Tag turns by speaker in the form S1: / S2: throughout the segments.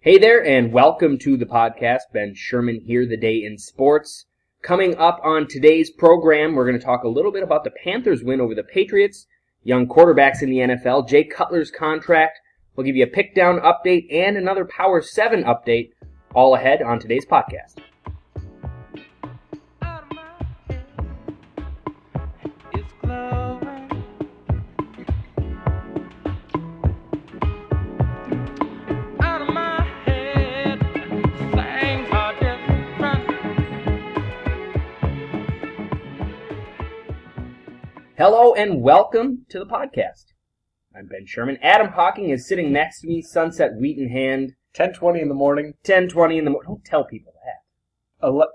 S1: Hey there, and welcome to the podcast. Ben Sherman here, the day in sports. Coming up on today's program, we're going to talk a little bit about the Panthers' win over the Patriots, young quarterbacks in the NFL, Jay Cutler's contract. We'll give you a pick down update and another Power 7 update, all ahead on today's podcast. Hello and welcome to the podcast. I'm Ben Sherman. Adam Hawking is sitting next to me, sunset wheat in hand,
S2: Ten twenty in the morning,
S1: 10:20 in the morning. Don't tell people that.
S2: ele-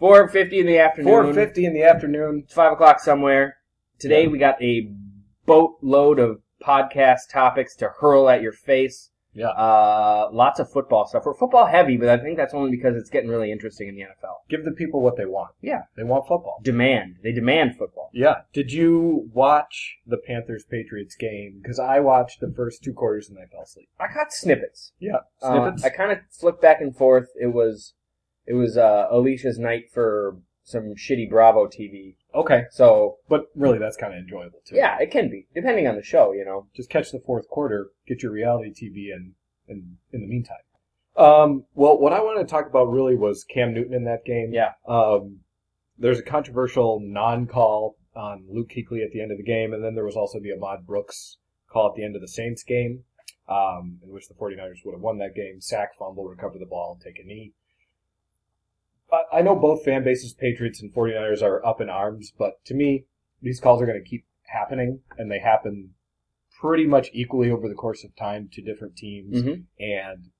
S1: 4:50 in the afternoon.
S2: four fifty in the afternoon.
S1: five o'clock somewhere. Today we got a boatload of podcast topics to hurl at your face.
S2: Yeah.
S1: Uh, lots of football stuff. We're football heavy, but I think that's only because it's getting really interesting in the NFL.
S2: Give the people what they want.
S1: Yeah.
S2: They want football.
S1: Demand. They demand football.
S2: Yeah. Did you watch the Panthers Patriots game? Because I watched the first two quarters and I fell asleep.
S1: I caught snippets.
S2: Yeah.
S1: Uh,
S2: Snippets.
S1: I kind of flipped back and forth. It was, it was uh, Alicia's night for some shitty Bravo TV.
S2: okay.
S1: So
S2: But really, that's kind of enjoyable too.
S1: yeah, it can be depending on the show, you know.
S2: Just catch the fourth quarter. Get your reality TV in. In in the meantime. Um. Well, what I wanted to talk about really was Cam Newton in that game.
S1: Yeah.
S2: Um, there's a controversial non-call on Luke Kuechly at the end of the game, and then there was also the Ahmad Brooks call at the end of the Saints game, um, in which the 49ers would have won that game, sack, fumble, recover the ball, and take a knee. I, I know both fan bases, Patriots and 49ers, are up in arms, but to me, these calls are going to keep happening, and they happen pretty much equally over the course of time to different teams
S1: Mm-hmm.
S2: and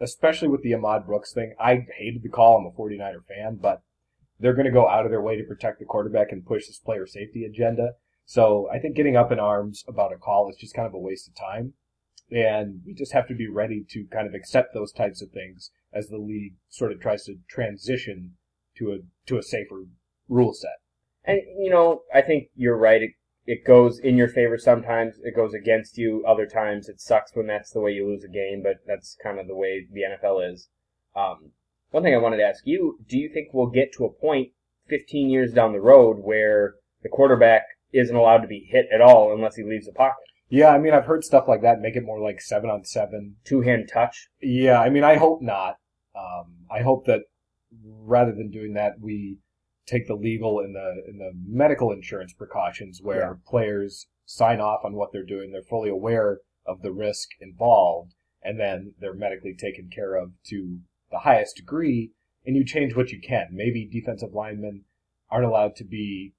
S2: especially with the Ahmad Brooks thing, I hated the call. I'm a 49er fan, but they're going to go out of their way to protect the quarterback and push this player safety agenda. So I think getting up in arms about a call is just kind of a waste of time. And we just have to be ready to kind of accept those types of things as the league sort of tries to transition to a to a safer rule set.
S1: And you know, I think you're right. It, it goes in your favor sometimes. It goes against you other times. It sucks when that's the way you lose a game, but that's kind of the way the NFL is. Um, one thing I wanted to ask you: Do you think we'll get to a point 15 years down the road where the quarterback isn't allowed to be hit at all unless he leaves the pocket?
S2: Yeah, I mean, I've heard stuff like that. Make it more like seven on seven,
S1: Two hand touch.
S2: Yeah, I mean, I hope not. Um, I hope that rather than doing that, we take the legal and the and the medical insurance precautions where
S1: Yeah.
S2: players sign off on what they're doing. They're fully aware of the risk involved, and then they're medically taken care of to the highest degree. And you change what you can. Maybe defensive linemen aren't allowed to be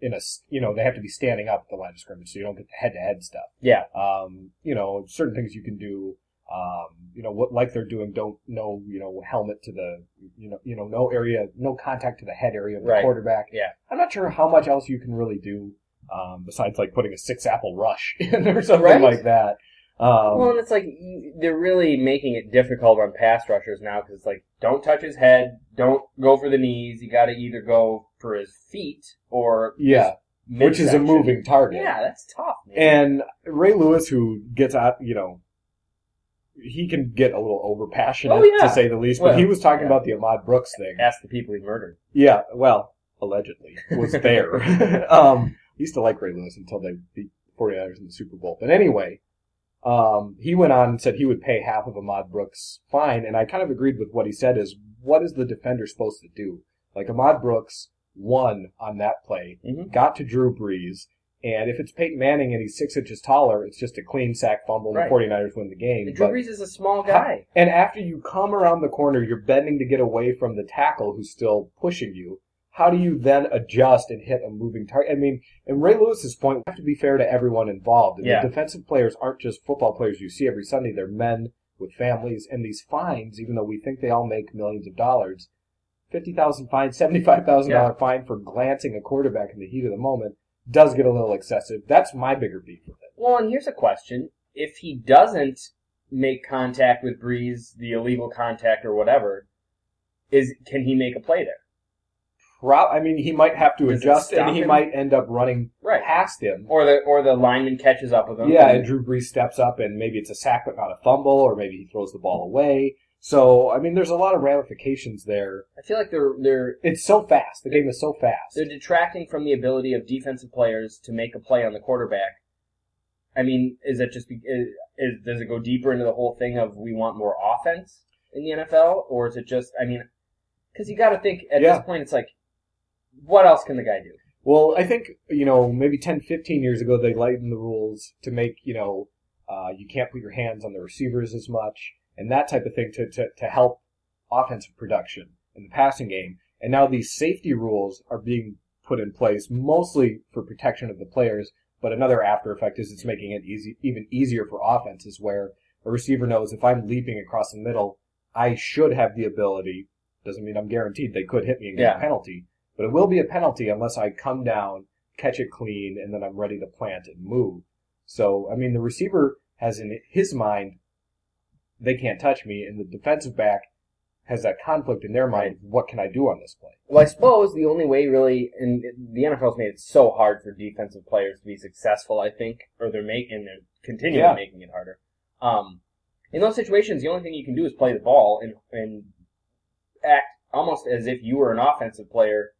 S2: in a s- you know they have to be standing up at the line of scrimmage, so you don't get the head to head stuff
S1: Yeah,
S2: um, you know, certain things you can do, um, you know, what like they're doing, don't no, you know, helmet to the, you know, you know, no area, no contact to the head area of the
S1: Right.
S2: quarterback.
S1: Yeah.
S2: I'm not sure how much else you can really do, um, besides like putting a six apple rush in or something
S1: Right.
S2: like that. Um,
S1: well, and it's like you- they're really making it difficult on pass rushers now because it's like don't touch his head, don't go for the knees. You got to either go for his feet or
S2: yeah,
S1: his
S2: which is a
S1: midsection.
S2: moving target.
S1: Yeah, that's tough. Man.
S2: And Ray Lewis, who gets out, you know, he can get a little overpassionate
S1: Oh, yeah.
S2: to say the least.
S1: Well,
S2: but he was talking
S1: yeah.
S2: about the Ahmad Brooks thing.
S1: ask the people he murdered.
S2: Yeah, well, allegedly was there. um, I used to like Ray Lewis until they beat 49ers in the Super Bowl. But anyway, um, he went on and said he would pay half of Ahmad Brooks' fine, and I kind of agreed with what he said. Is what is the defender supposed to do? Like Ahmad Brooks won on that play,
S1: Mhm.
S2: got to Drew Brees, and if it's Peyton Manning and he's six inches taller, it's just a clean sack fumble,
S1: Right.
S2: and the 49ers win the game.
S1: Drew
S2: but-
S1: Brees is a small guy.
S2: and after you come around the corner, you're bending to get away from the tackle who's still pushing you. How do you then adjust and hit a moving target? I mean, and Ray Lewis's point, we have to be fair to everyone involved. I mean,
S1: Yeah.
S2: defensive players aren't just football players you see every Sunday. They're men with families, and these fines, even though we think they all make millions of dollars, fifty thousand fine, seventy-five thousand thousand dollar fine for glancing a quarterback in the heat of the moment does get a little excessive. That's my bigger beef with it.
S1: Well, and here's a question: If he doesn't make contact with Brees, the illegal contact or whatever, is can he make a play there?
S2: Pro- I mean, he might have to
S1: Does it
S2: adjust, and
S1: stop
S2: he
S1: him?
S2: might end up running
S1: Right.
S2: past him.
S1: Or the or the lineman catches up with him.
S2: Yeah,
S1: and-
S2: and Drew Brees steps up, and maybe it's a sack but not a fumble, or maybe he throws the ball away. So, I mean, there's a lot of ramifications there.
S1: I feel like they're they're
S2: It's so fast. The game is so fast.
S1: they're detracting from the ability of defensive players to make a play on the quarterback. I mean, is that just be, is, is does it go deeper into the whole thing of we want more offense in the NFL, or is it just I mean, because you got to think at
S2: Yeah.
S1: this point it's like, what else can the guy do?
S2: Well, I think, you know, maybe 10, 15 years ago, they lightened the rules to make, you know, uh, you can't put your hands on the receivers as much and that type of thing to, to, to help offensive production in the passing game. And now these safety rules are being put in place mostly for protection of the players. But another after effect is it's making it easy, even easier for offenses where a receiver knows if I'm leaping across the middle, I should have the ability. Doesn't mean I'm guaranteed they could hit me and get
S1: Yeah.
S2: a penalty but it will be a penalty unless I come down, catch it clean, and then I'm ready to plant and move. So, I mean, the receiver has in his mind, they can't touch me, and the defensive back has that conflict in their mind, what can I do on this play?
S1: Well, I suppose the only way really, and the NFL's made it so hard for defensive players to be successful. I think, or they're making, they're continually
S2: Yeah.
S1: making it harder. Um, in those situations, the only thing you can do is play the ball and and act almost as if you were an offensive player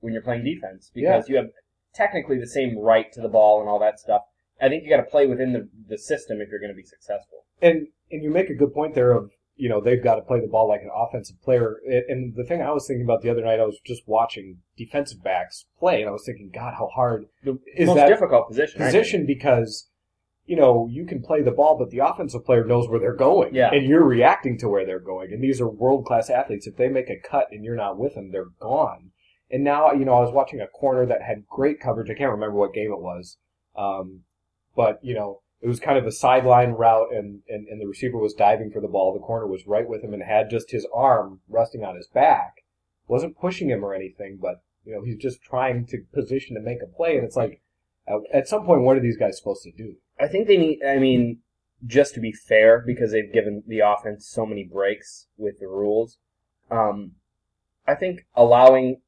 S1: when you're playing defense because you have technically the same right to the ball and all that stuff. I think you got to play within the the system if you're going to be successful.
S2: And and you make a good point there of you know they've got to play the ball like an offensive player. A- And the thing I was thinking about the other night, I was just watching defensive backs play, and I was thinking, God, how hard
S1: The
S2: Is
S1: most
S2: that
S1: difficult position. I think.
S2: position because you know you can play the ball, but the offensive player knows where they're going,
S1: Yeah.
S2: and you're reacting to where they're going. And these are world class athletes. If they make a cut and you're not with them, they're gone. And now you know I was watching a corner that had great coverage. I can't remember what game it was, um, but you know it was kind of a sideline route, and, and and the receiver was diving for the ball. The corner was right with him and had just his arm resting on his back, wasn't pushing him or anything, but you know he's just trying to position to make a play. And it's like at, at some point, what are these guys supposed to do?
S1: I think they need. I mean, just to be fair, because they've given the offense so many breaks with the rules, um, I think allowing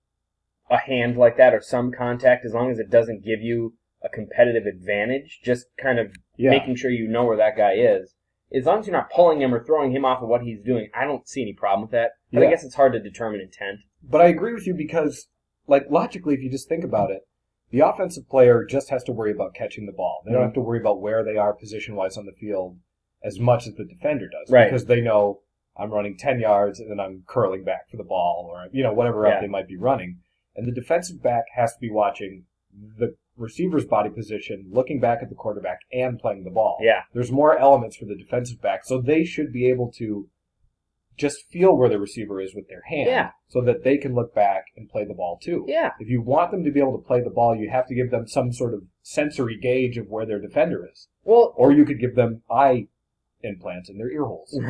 S1: a hand like that or some contact, as long as it doesn't give you a competitive advantage, just kind of
S2: Yeah,
S1: making sure you know where that guy is. As long as you're not pulling him or throwing him off of what he's doing, I don't see any problem with that. But I
S2: Yeah.
S1: guess it's hard to determine intent.
S2: but I agree with you because, like, logically, if you just think about it, the offensive player just has to worry about catching the ball. They don't
S1: Mhm.
S2: have to worry about where they are position wise on the field as much as the defender does,
S1: Right.
S2: Because they know I'm running ten yards and then I'm curling back for the ball, or you know whatever
S1: Yeah.
S2: up they might be running, and the defensive back has to be watching the receiver's body position, looking back at the quarterback, and playing the ball.
S1: Yeah.
S2: there's more elements for the defensive back, so they should be able to just feel where the receiver is with their hand
S1: Yeah.
S2: so that they can look back and play the ball too.
S1: Yeah.
S2: If you want them to be able to play the ball, you have to give them some sort of sensory gauge of where their defender is.
S1: Well,
S2: Or you could give them eye implants in their ear holes.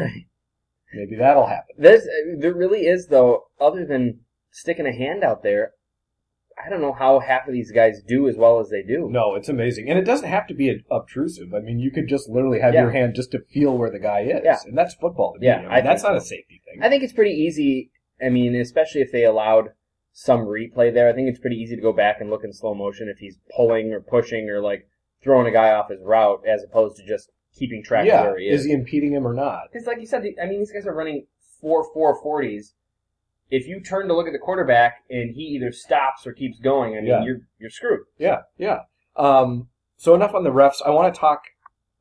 S2: Maybe that'll happen.
S1: There's, there really is though, other than sticking a hand out there, I don't know how half of these guys do as well as they do.
S2: No, it's amazing. And it doesn't have to be obtrusive. I mean, you could just literally have
S1: Yeah.
S2: your hand just to feel where the guy is.
S1: Yeah.
S2: And that's football to me.
S1: Yeah,
S2: I mean,
S1: I think
S2: that's not
S1: so.
S2: a safety thing.
S1: I think it's pretty easy. I mean, especially if they allowed some replay there, I think it's pretty easy to go back and look in slow motion if he's pulling or pushing or like throwing a guy off his route as opposed to just keeping track
S2: yeah.
S1: of where he
S2: is
S1: is.
S2: he impeding him or not?
S1: Because, like you said, the, I mean, these guys are running four four forties. If you turn to look at the quarterback and he either stops or keeps going, I mean,
S2: Yeah.
S1: you're you're screwed.
S2: Yeah, yeah. Um, so enough on the refs. I want to talk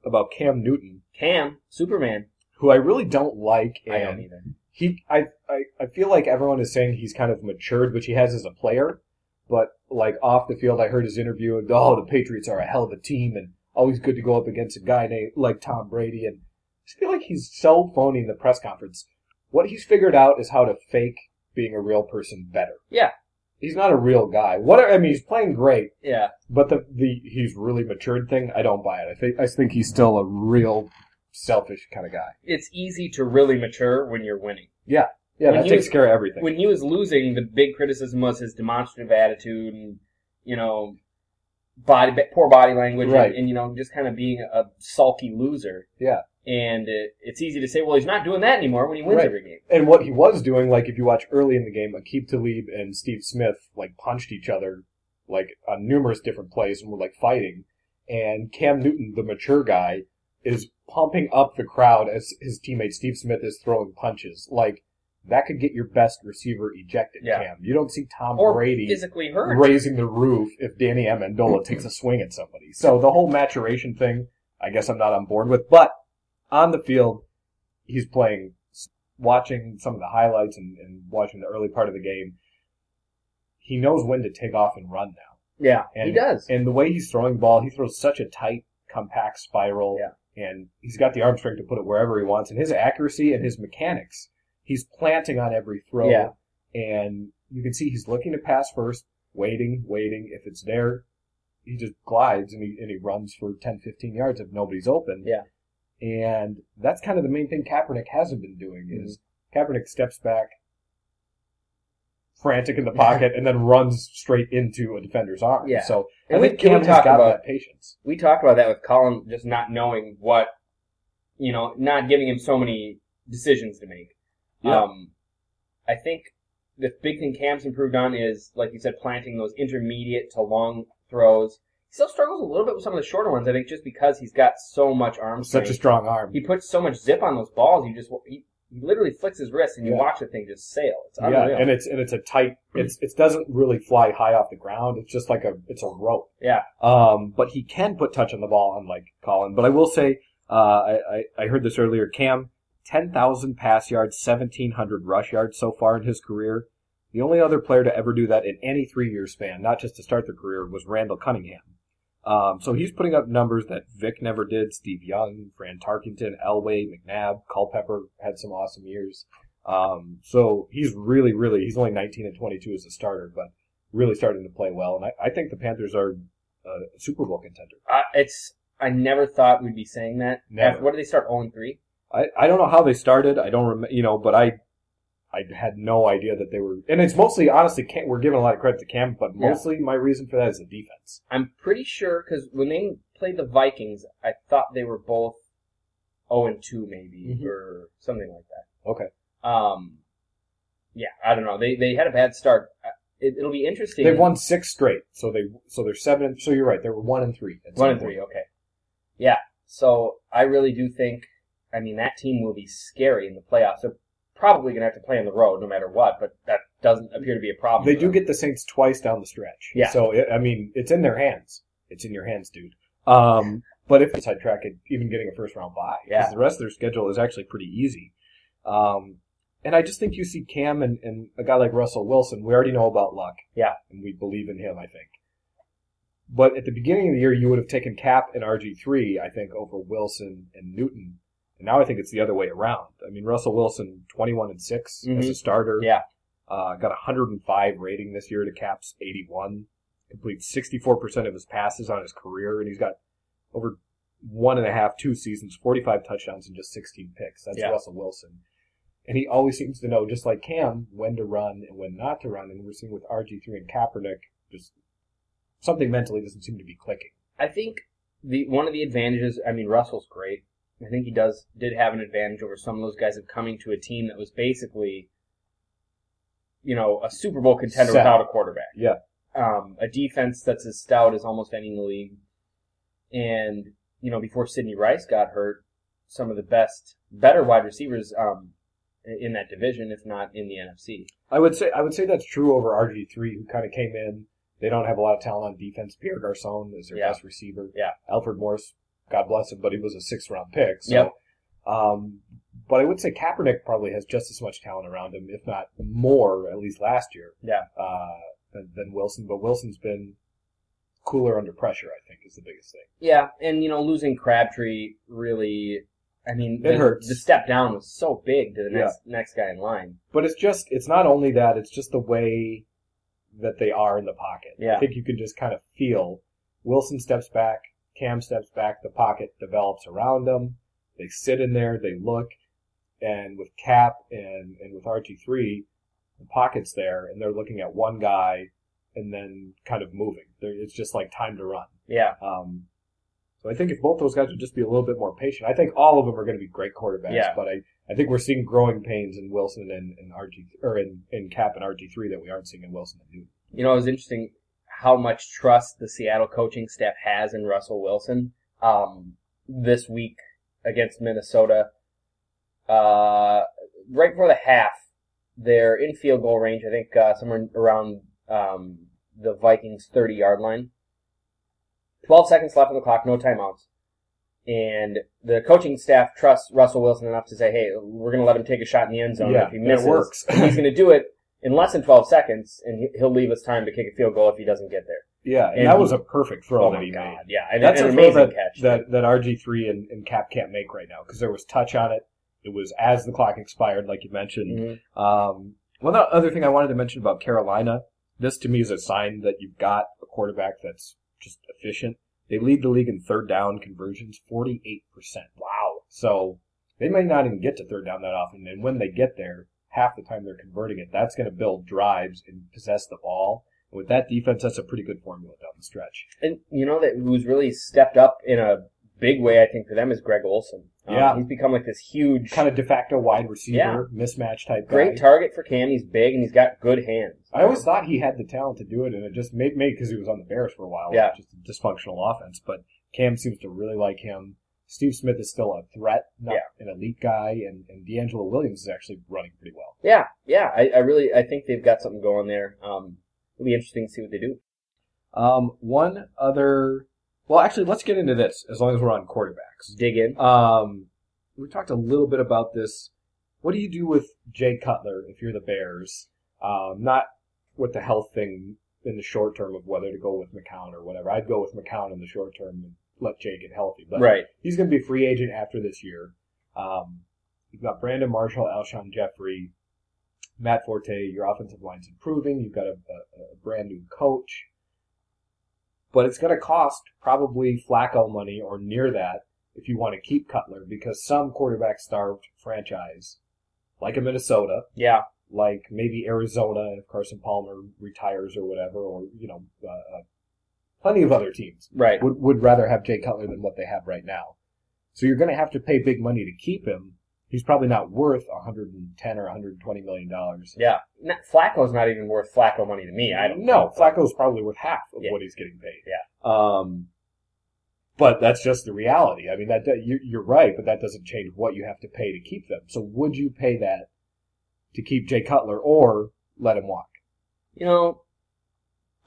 S2: about Cam Newton,
S1: Cam, Superman,
S2: who I really don't like. And
S1: I don't either.
S2: he, I, I, I feel like everyone is saying he's kind of matured, which he has as a player. But like off the field, I heard his interview, and oh, the Patriots are a hell of a team, and always good to go up against a guy named like Tom Brady. And I just feel like he's so phony in the press conference. What he's figured out is how to fake being a real person better.
S1: Yeah.
S2: he's not a real guy. What I mean, he's playing great.
S1: Yeah,
S2: But the the he's really matured thing, I don't buy it. I think I think he's still a real selfish kind of guy.
S1: it's easy to really mature when you're winning.
S2: Yeah,
S1: When
S2: that
S1: he
S2: takes
S1: was-
S2: care of everything.
S1: When he was losing, the big criticism was his demonstrative attitude and you know body poor body language
S2: Right.
S1: and, and you know just kind of being a sulky loser.
S2: Yeah.
S1: And it, it's easy to say, well, he's not doing that anymore when he wins
S2: Right.
S1: every game.
S2: And what he was doing, like if you watch early in the game, Akib Talib and Steve Smith like punched each other like on numerous different plays and were like fighting. And Cam Newton, the mature guy, is pumping up the crowd as his teammate Steve Smith is throwing punches. Like that could get your best receiver ejected,
S1: Yeah.
S2: Cam. You don't see Tom
S1: Or
S2: Brady
S1: physically hurt.
S2: raising the roof if Danny Amendola takes a swing at somebody. So the whole maturation thing, I guess I'm not on board with. But on the field, he's playing, watching some of the highlights and, and watching the early part of the game. He knows when to take off and run now.
S1: Yeah,
S2: And,
S1: he does.
S2: And the way he's throwing the ball, he throws such a tight, compact spiral.
S1: Yeah.
S2: And he's got the arm strength to put it wherever he wants. And his accuracy and his mechanics, he's planting on every throw.
S1: Yeah.
S2: And you can see he's looking to pass first, waiting, waiting. If it's there, he just glides and he, and he runs for 10, 15 yards if nobody's open.
S1: Yeah.
S2: And that's kind of the main thing Kaepernick hasn't been doing
S1: Mm-hmm.
S2: is Kaepernick steps back, frantic in the pocket, and then runs straight into a defender's arm.
S1: Yeah.
S2: So
S1: And
S2: I
S1: we-
S2: think
S1: can we
S2: Cam has
S1: talk
S2: got
S1: about-
S2: that patience.
S1: we talked about that with Colin just not knowing what, you know, not giving him so many decisions to make.
S2: Yeah.
S1: Um, I think the big thing Cam's improved on is, like you said, planting those intermediate to long throws. He still struggles a little bit with some of the shorter ones, I think, just because he's got so much arm
S2: Such
S1: strength.
S2: a strong arm.
S1: he puts so much zip on those balls, you just, he, he literally flicks his wrist and you
S2: Yeah.
S1: watch the thing just sail. It's
S2: yeah,
S1: unreal.
S2: and it's and it's a tight. It's it doesn't really fly high off the ground. It's just like a it's a rope.
S1: Yeah.
S2: Um, but he can put touch on the ball, unlike Colin. But I will say, uh, I, I I heard this earlier. Cam, ten thousand pass yards, seventeen hundred rush yards so far in his career. The only other player to ever do that in any three-year span, not just to start their career, was Randall Cunningham. Um, so he's putting up numbers that Vic never did. Steve Young, Fran Tarkenton, Elway, McNabb, Culpepper had some awesome years. Um, so he's really, really, he's only 19 and 22 as a starter, but really starting to play well. And I, I think the Panthers are a Super Bowl contender.
S1: uh, it's, I never thought we'd be saying that.
S2: Never.
S1: After- What did they start, 0-3?
S2: I, I don't know how they started. I don't remember, you know, but I, I had no idea that they were, and it's mostly, honestly, Cam, we're giving a lot of credit to Cam, but
S1: Yeah.
S2: mostly my reason for that is the defense.
S1: I'm pretty sure because when they played the Vikings, I thought they were both 0 and 2 maybe
S2: Mhm.
S1: or something like that.
S2: Okay.
S1: Um, yeah, I don't know. They they had a bad start. Uh, It, it'll be interesting.
S2: They've won six straight, so they, so they're seven, and, so you're right, they were one and three. at
S1: one
S2: some
S1: and
S2: point.
S1: three. Okay. Yeah. So I really do think. I mean, that team will be scary in the playoffs. They're probably going to have to play on the road no matter what, but that doesn't appear to be a problem.
S2: They
S1: for
S2: do
S1: them.
S2: get the Saints twice down the stretch.
S1: Yeah.
S2: So it, I mean, it's in their hands. It's in your hands, dude. Um, but if they sidetrack it, even getting a first round bye,
S1: Yeah.
S2: the rest of their schedule is actually pretty easy. Um, and I just think you see Cam and, and a guy like Russell Wilson. We already know about Luck.
S1: Yeah.
S2: And we believe in him. I think. But at the beginning of the year, you would have taken Cap and RG three, I think, over Wilson and Newton. And now I think it's the other way around. I mean, Russell Wilson, twenty-one and 6 as a
S1: Mhm.
S2: starter.
S1: Yeah.
S2: Uh, got 105 rating this year to Caps 81. Completes 64% of his passes on his career, and he's got over one and a half, two seasons, 45 touchdowns and just 16 picks. That's
S1: Yeah.
S2: Russell Wilson. And he always seems to know, just like Cam, when to run and when not to run. And we're seeing with RG3 and Kaepernick, just something mentally doesn't seem to be clicking.
S1: I think the one of the advantages. I mean, Russell's great. I think he does did have an advantage over some of those guys of coming to a team that was basically, you know, a Super Bowl contender
S2: Set.
S1: without a quarterback.
S2: Yeah.
S1: Um, a defense that's as stout as almost any in the league, and you know, before Sidney Rice got hurt, some of the best, better wide receivers um, in that division, if not in the NFC.
S2: I would say I would say that's true over RG three, who kind of came in. They don't have a lot of talent on defense. Pierre Garcon is their
S1: Yeah.
S2: best receiver.
S1: Yeah.
S2: Alfred Morris, God bless him, but he was a sixth round pick. So,
S1: Yep.
S2: um, but I would say Kaepernick probably has just as much talent around him, if not more, at least last year.
S1: Yeah.
S2: Uh, than, than Wilson, but Wilson's been cooler under pressure. I think is the biggest thing.
S1: Yeah, and you know, losing Crabtree really. I mean,
S2: It
S1: the,
S2: hurts.
S1: the step down was so big to the
S2: Yeah.
S1: next next guy in line.
S2: But it's just it's not only that, it's just the way that they are in the pocket.
S1: Yeah.
S2: I think you can just kind of feel Wilson steps back, Cam steps back, the pocket develops around them, they sit in there, they look, and with Cap and, and with RG three, the pocket's there and they're looking at one guy and then kind of moving. They're, it's just like time to run.
S1: Yeah,
S2: Um, So I think if both those guys would just be a little bit more patient, I think all of them are going to be great quarterbacks.
S1: Yeah.
S2: But I, I think we're seeing growing pains in Wilson and, and RG or in, in Cap and RG three that we aren't seeing in Wilson and Newton.
S1: You know, it was interesting how much trust the Seattle coaching staff has in Russell Wilson. Um, this week against Minnesota, uh, right before the half, they're in field goal range. I think uh, somewhere around um, the Vikings' 30 yard line. 12 seconds left on the clock, no timeouts. And the coaching staff trusts Russell Wilson enough to say, hey, we're going to let him take a shot in the end zone
S2: Yeah,
S1: if he
S2: and it
S1: misses.
S2: works.
S1: he's going to do it in less than 12 seconds, and he- he'll leave us time to kick a field goal if he doesn't get there.
S2: Yeah, and,
S1: And
S2: that
S1: he-
S2: was a perfect throw
S1: oh,
S2: that
S1: my
S2: he made.
S1: God. Yeah, and
S2: That's
S1: an
S2: a throw
S1: amazing
S2: that,
S1: catch.
S2: that that RG three and, and Cap can't make right now because there was touch on it. It was as the clock expired, like you mentioned.
S1: Mhm.
S2: Um, one other thing I wanted to mention about Carolina, this to me is a sign that you've got a quarterback that's just efficient. They lead the league in third down conversions, 48%. Wow. So they may not even get to third down that often. And when they get there, half the time they're converting it. That's going to build drives and possess the ball. And with that defense, that's a pretty good formula down the stretch.
S1: And you know that who's really stepped up in a big way, I think, for them is Greg Olson. Um,
S2: Yeah.
S1: he's become like this huge,
S2: Kind of de facto wide
S1: Yeah.
S2: receiver, mismatch type guy.
S1: great target for Cam. He's big and he's got good hands.
S2: I always thought he had the talent to do it, and it just made made because he was on the Bears for a while.
S1: Yeah.
S2: just a dysfunctional offense. But Cam seems to really like him. Steve Smith is still a threat, not an elite guy, and and D'Angelo Williams is actually running pretty well.
S1: Yeah, yeah. I, I really, I think they've got something going there. Um, it'll be interesting to see what they do.
S2: Um, one other, well, actually, let's get into this as long as we're on quarterbacks.
S1: Dig in.
S2: Um, we talked a little bit about this. What do you do with Jay Cutler if you're the Bears? Um, not with the health thing in the short term of whether to go with McCown or whatever. I'd go with McCown in the short term and let Jay get healthy. But
S1: right.
S2: he's going to be a free agent after this year. Um, you've got Brandon Marshall, Alshon Jeffrey, Matt Forte. Your offensive line's improving. You've got a, a, a brand new coach, but it's going to cost probably Flacco money or near that if you want to keep Cutler because some quarterback-starved franchise, like a Minnesota,
S1: Yeah.
S2: like maybe Arizona if Carson Palmer retires or whatever, or you know, uh, uh, plenty of other teams
S1: Right.
S2: would would rather have Jay Cutler than what they have right now. So you're going to have to pay big money to keep him. He's probably not worth 110 or 120 million dollars.
S1: Yeah. Not, Flacco's not even worth Flacco money to me. I don't.
S2: know.
S1: think so.
S2: Flacco's probably worth half of
S1: Yeah.
S2: what he's getting paid. Yeah. Um, but that's just the reality. I mean, that that- you- you're right, but that doesn't change what you have to pay to keep them. So would you pay that to keep Jay Cutler or let him walk?
S1: You know,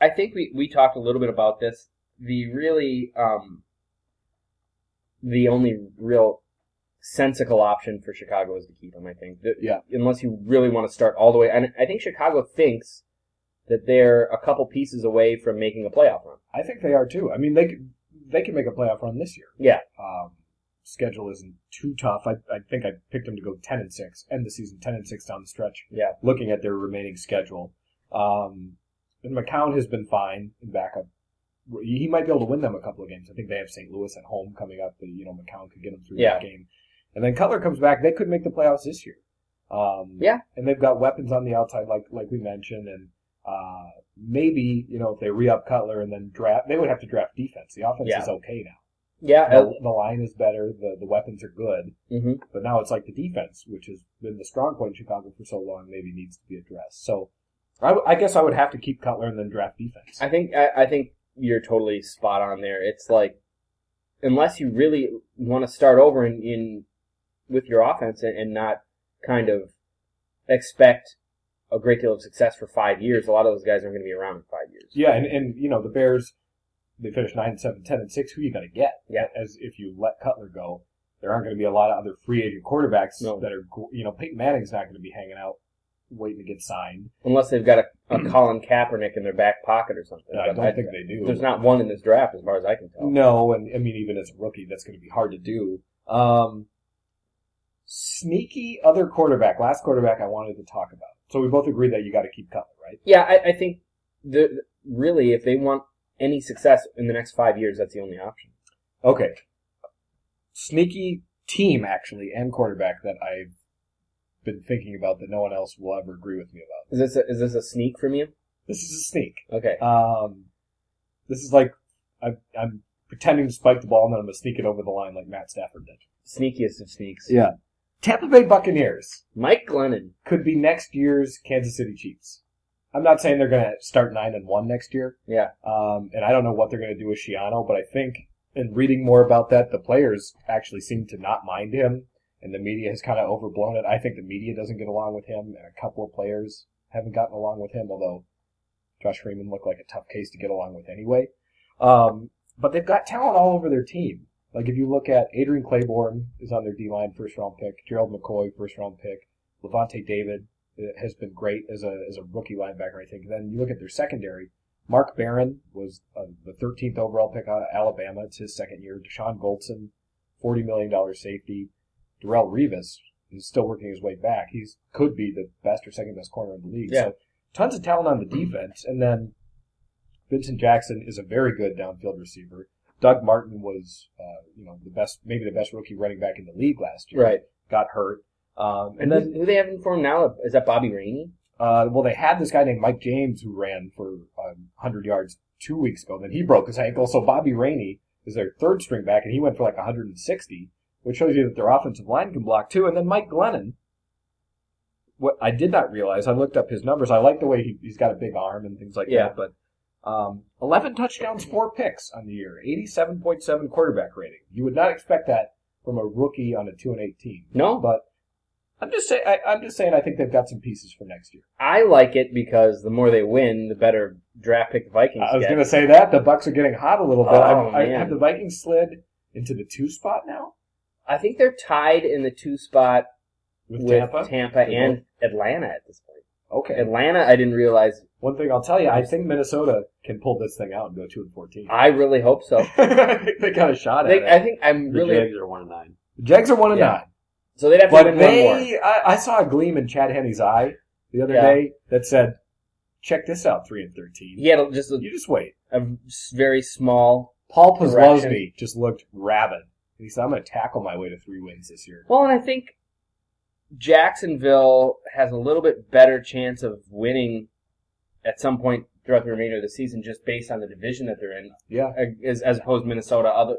S1: I think we, we talked a little bit about this. The really, um, the only real sensical option for Chicago is to keep him, I think. The-
S2: Yeah.
S1: Unless you really want to start all the way. And I think Chicago thinks that they're a couple pieces away from making a playoff run.
S2: I think they are too. I mean, they could, they can make a playoff run this year.
S1: Yeah.
S2: Um, schedule isn't too tough. I, I think I picked them to go ten and six, end the season ten and six down the stretch.
S1: Yeah.
S2: Looking at their remaining schedule, um, and McCown has been fine in backup. He might be able to win them a couple of games. I think they have St. Louis at home coming up. But, you know, McCown could get them through
S1: Yeah.
S2: that game, and then Cutler comes back. They could make the playoffs this year. Um,
S1: Yeah.
S2: And they've got weapons on the outside, like like we mentioned, and uh, maybe you know if they re-up Cutler and then draft, they would have to draft defense. The offense
S1: Yeah.
S2: is okay now.
S1: Yeah.
S2: The, the line is better. The the weapons are good,
S1: hmm
S2: but now it's like the defense, which has been the strong point in Chicago for so long, maybe needs to be addressed. So. I, w- I guess I would have to keep Cutler and then draft defense.
S1: I think I, I think you're totally spot on there. It's like unless you really want to start over in, in with your offense and, and not kind of expect a great deal of success for five years, a lot of those guys aren't going to be around in five years.
S2: Yeah, and, and you know the Bears, they finished nine, seven, ten, and six. Who you going to get?
S1: Yeah.
S2: As if you let Cutler go, there aren't going to be a lot of other free agent quarterbacks
S1: No.
S2: that are. go- You know, Peyton Manning's not going to be hanging out waiting to get signed.
S1: Unless they've got a, a Colin Kaepernick in their back pocket or something.
S2: I
S1: But
S2: don't think they do.
S1: There's not one in this draft, as far as I can tell.
S2: No, and I mean even as a rookie, that's going to be hard to do. Um, sneaky other quarterback, last quarterback I wanted to talk about. So we both agree that you got to keep Cutler, right?
S1: Yeah, I, I think the really if they want any success in the next five years, that's the only option.
S2: Okay. Sneaky team, actually, and quarterback that I've been thinking about that no one else will ever agree with me about.
S1: Is this a, is this a sneak from you?
S2: This is a sneak.
S1: Okay.
S2: Um, this is like, I'm, I'm pretending to spike the ball, and then I'm going to sneak it over the line like Matt Stafford did.
S1: Sneakiest of sneaks.
S2: Yeah. Tampa Bay Buccaneers
S1: Mike Glennon.
S2: could be next year's Kansas City Chiefs. I'm not saying they're going to start nine and one next year,
S1: Yeah.
S2: um, and I don't know what they're going to do with Shiano, but I think in reading more about that, the players actually seem to not mind him, and the media has kind of overblown it. I think the media doesn't get along with him, and a couple of players haven't gotten along with him, although Josh Freeman looked like a tough case to get along with anyway. Um, but they've got talent all over their team. Like if you look at Adrian Claiborne is on their D line first round pick, Gerald McCoy first round pick, Levante David uh, has been great as a as a rookie linebacker, I think. Then you look at their secondary. Mark Barron was uh, the 13th overall pick out of Alabama. It's his second year. Deshaun Goldson, $40 million safety. Darrell Rivas is still working his way back. He's could be the best or second best corner in the league.
S1: Yeah.
S2: So tons of talent on the defense. And then Vincent Jackson is a very good downfield receiver. Doug Martin was, uh, you know, the best, maybe the best rookie running back in the league last year.
S1: Right.
S2: Got hurt. Um,
S1: And
S2: and then,
S1: who, who they have in form now is that Bobby Rainey?
S2: uh, well, they had this guy named Mike James who ran for um, 100 yards two weeks ago. Then he broke his ankle. So Bobby Rainey is their third string back, and he went for like 160, which shows you that their offensive line can block too. And then Mike Glennon, what I did not realize, I looked up his numbers. I like the way he, he's got a big arm and things like
S1: Yeah.
S2: that. But um, 11 touchdowns, four picks on the year, 87.7 quarterback rating. You would not expect that from a rookie on a two and eight team.
S1: No,
S2: But I'm just saying, I, I'm just saying, I think they've got some pieces for next year.
S1: I like it because the more they win, the better draft pick the Vikings
S2: I was
S1: get.
S2: going to say that the Bucks are getting hot a little bit.
S1: Oh,
S2: I, I,
S1: man.
S2: have the Vikings slid into the two spot now
S1: I think they're tied in the two spot
S2: with,
S1: with
S2: Tampa.
S1: Tampa,
S2: They're
S1: and Atlanta at this point.
S2: okay,
S1: Atlanta, I didn't realize.
S2: one thing I'll tell you, I think Minnesota can pull this thing out and go two and fourteen.
S1: I really hope so.
S2: I think they got a shot at
S1: They,
S2: it.
S1: I think I'm
S3: The
S1: really
S3: Jags are one and nine.
S2: The Jags are one and
S1: Yeah.
S2: nine,
S1: so they'd have to
S2: but
S1: win one more.
S2: they. I, I saw a gleam in Chad Henney's eye the other
S1: Yeah.
S2: day that said, "Check this out, three and 13.
S1: He had a- just a,
S2: You just wait.
S1: a s- very small.
S2: Paul
S1: Correction.
S2: Posluszny just looked rabid. And he said, "I'm going to tackle my way to three wins this year."
S1: Well, and I think Jacksonville has a little bit better chance of winning at some point throughout the remainder of the season, just based on the division that they're in.
S2: Yeah,
S1: as, as opposed to Minnesota, other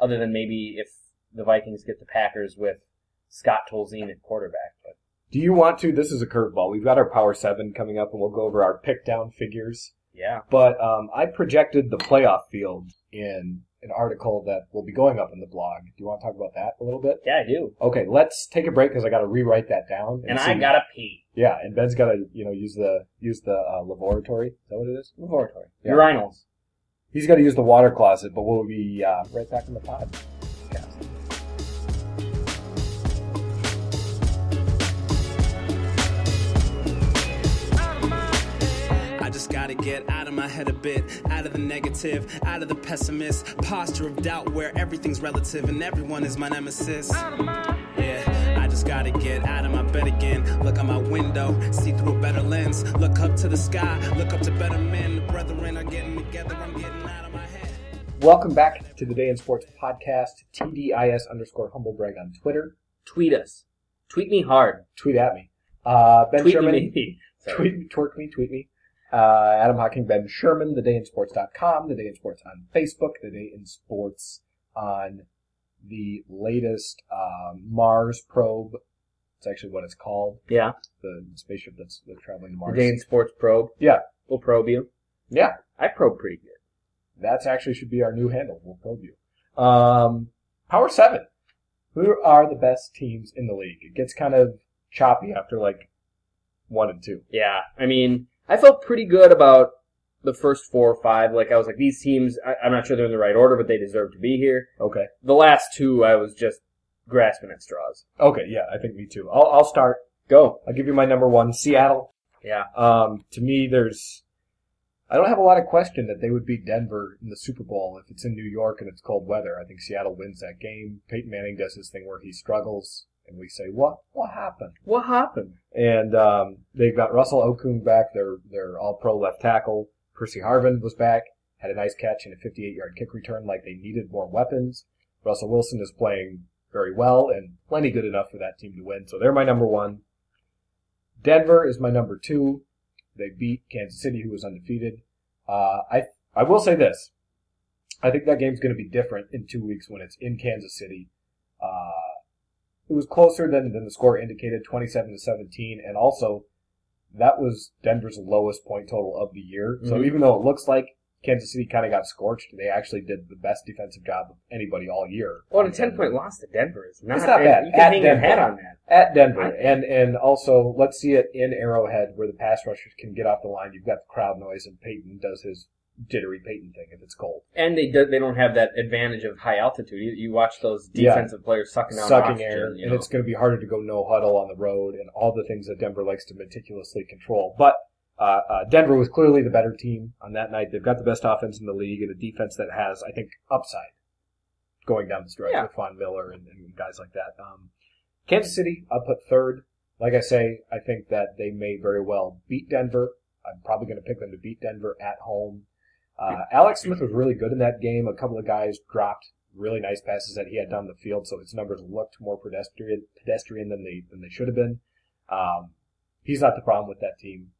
S1: other than maybe if the Vikings get the Packers with Scott Tolzien at quarterback. But
S2: Do you want to? This is a curveball. We've got our Power Seven coming up, and we'll go over our pick down figures.
S1: yeah,
S2: But um, I projected the playoff field in an article that will be going up in the blog. Do you want to talk about that a little bit?
S1: yeah, I do.
S2: Okay, let's take a break because I got to rewrite that down.
S1: And
S2: see-
S1: I gotta pee.
S2: yeah, and Ben's got to you know use the use the uh, laboratory. Is that what it is?
S1: Laboratory.
S2: Yeah.
S1: Urinals.
S2: He's got to use the water closet, but we'll be uh, right back in the pod.
S4: I just gotta get out of my head a bit, out of the negative, out of the pessimist posture of doubt where everything's relative and everyone is my nemesis. Yeah, I just gotta get out of my bed again. Look out my window, see through a better lens. Look up to the sky, look up to better men. The brethren are getting together, I'm getting out of my head.
S2: Welcome back to the Day in Sports podcast. TDIS underscore humblebrag on Twitter.
S1: Tweet us. Tweet me hard.
S2: Tweet at me. Uh, ben
S1: Tweet
S2: Sherman.
S1: me. Sorry.
S2: Tweet me, twerk me, tweet me. Uh, Adam Hocking, Ben Sherman, thedayinsports.com, The Day in Sports on Facebook, The Day in Sports on the latest um, Mars probe. It's actually what it's called,
S1: Yeah.
S2: the spaceship that's, that's traveling to
S1: The
S2: Mars.
S1: Dane Sports Probe.
S2: Yeah.
S1: We'll probe you.
S2: Yeah,
S1: I probe pretty good.
S2: that's actually should be our new handle. We'll probe you. Um, Power 7. Who are the best teams in the league? It gets kind of choppy after like one and two.
S1: Yeah. I mean, I felt pretty good about the first four or five. Like I was like, these teams. I, I'm not sure they're in the right order, but they deserve to be here.
S2: Okay.
S1: The last two, I was just grasping at straws.
S2: Okay, yeah, I think me too. I'll, I'll start.
S1: Go.
S2: I'll give you my number one, Seattle.
S1: Yeah.
S2: Um, to me, there's, I don't have a lot of question that they would beat Denver in the Super Bowl if it's in New York and it's cold weather. I think Seattle wins that game. Peyton Manning does his thing where he struggles, and we say, "What? What happened?"
S1: What happened?
S2: And um, they've got Russell Okung back, their their All Pro left tackle. Percy Harvin was back, had a nice catch and a 58 yard kick return. Like they needed more weapons. Russell Wilson is playing very well and plenty good enough for that team to win. So they're my number one. Denver is my number two. They beat Kansas City, who was undefeated. Uh, I I will say this: I think that game's going to be different in two weeks when it's in Kansas City. Uh, it was closer than, than the score indicated, 27 to 17, and also that was Denver's lowest point total of the year. So
S1: Mhm.
S2: even though it looks like Kansas City kind of got scorched, they actually did the best defensive job of anybody all year.
S1: Well,
S2: on
S1: a ten
S2: Denver.
S1: point loss to Denver is not,
S2: It's not bad.
S1: You can
S2: At
S1: hang your
S2: Denver.
S1: hat on that.
S2: at Denver,
S1: I-
S2: and and also let's see it in Arrowhead where the pass rushers can get off the line. You've got the crowd noise, and Peyton does his jittery Peyton thing if it's cold,
S1: And they do, they don't have that advantage of high altitude. You, you watch those
S2: Yeah.
S1: defensive players sucking out
S2: sucking
S1: oxygen,
S2: air,
S1: you
S2: and
S1: know.
S2: it's going to be harder to go no huddle on the road, and all the things that Denver likes to meticulously control. But uh, uh, Denver was clearly the better team on that night. They've got the best offense in the league and a defense that has, I think, upside going down the stretch
S1: Yeah.
S2: with Von Miller and, and guys like that. Um, Kansas City, I put third. Like I say, I think that they may very well beat Denver. I'm probably going to pick them to beat Denver at home. Uh, Alex Smith was really good in that game. A couple of guys dropped really nice passes that he had down the field, so his numbers looked more pedestrian pedestrian than they than they should have been. Um, he's not the problem with that team,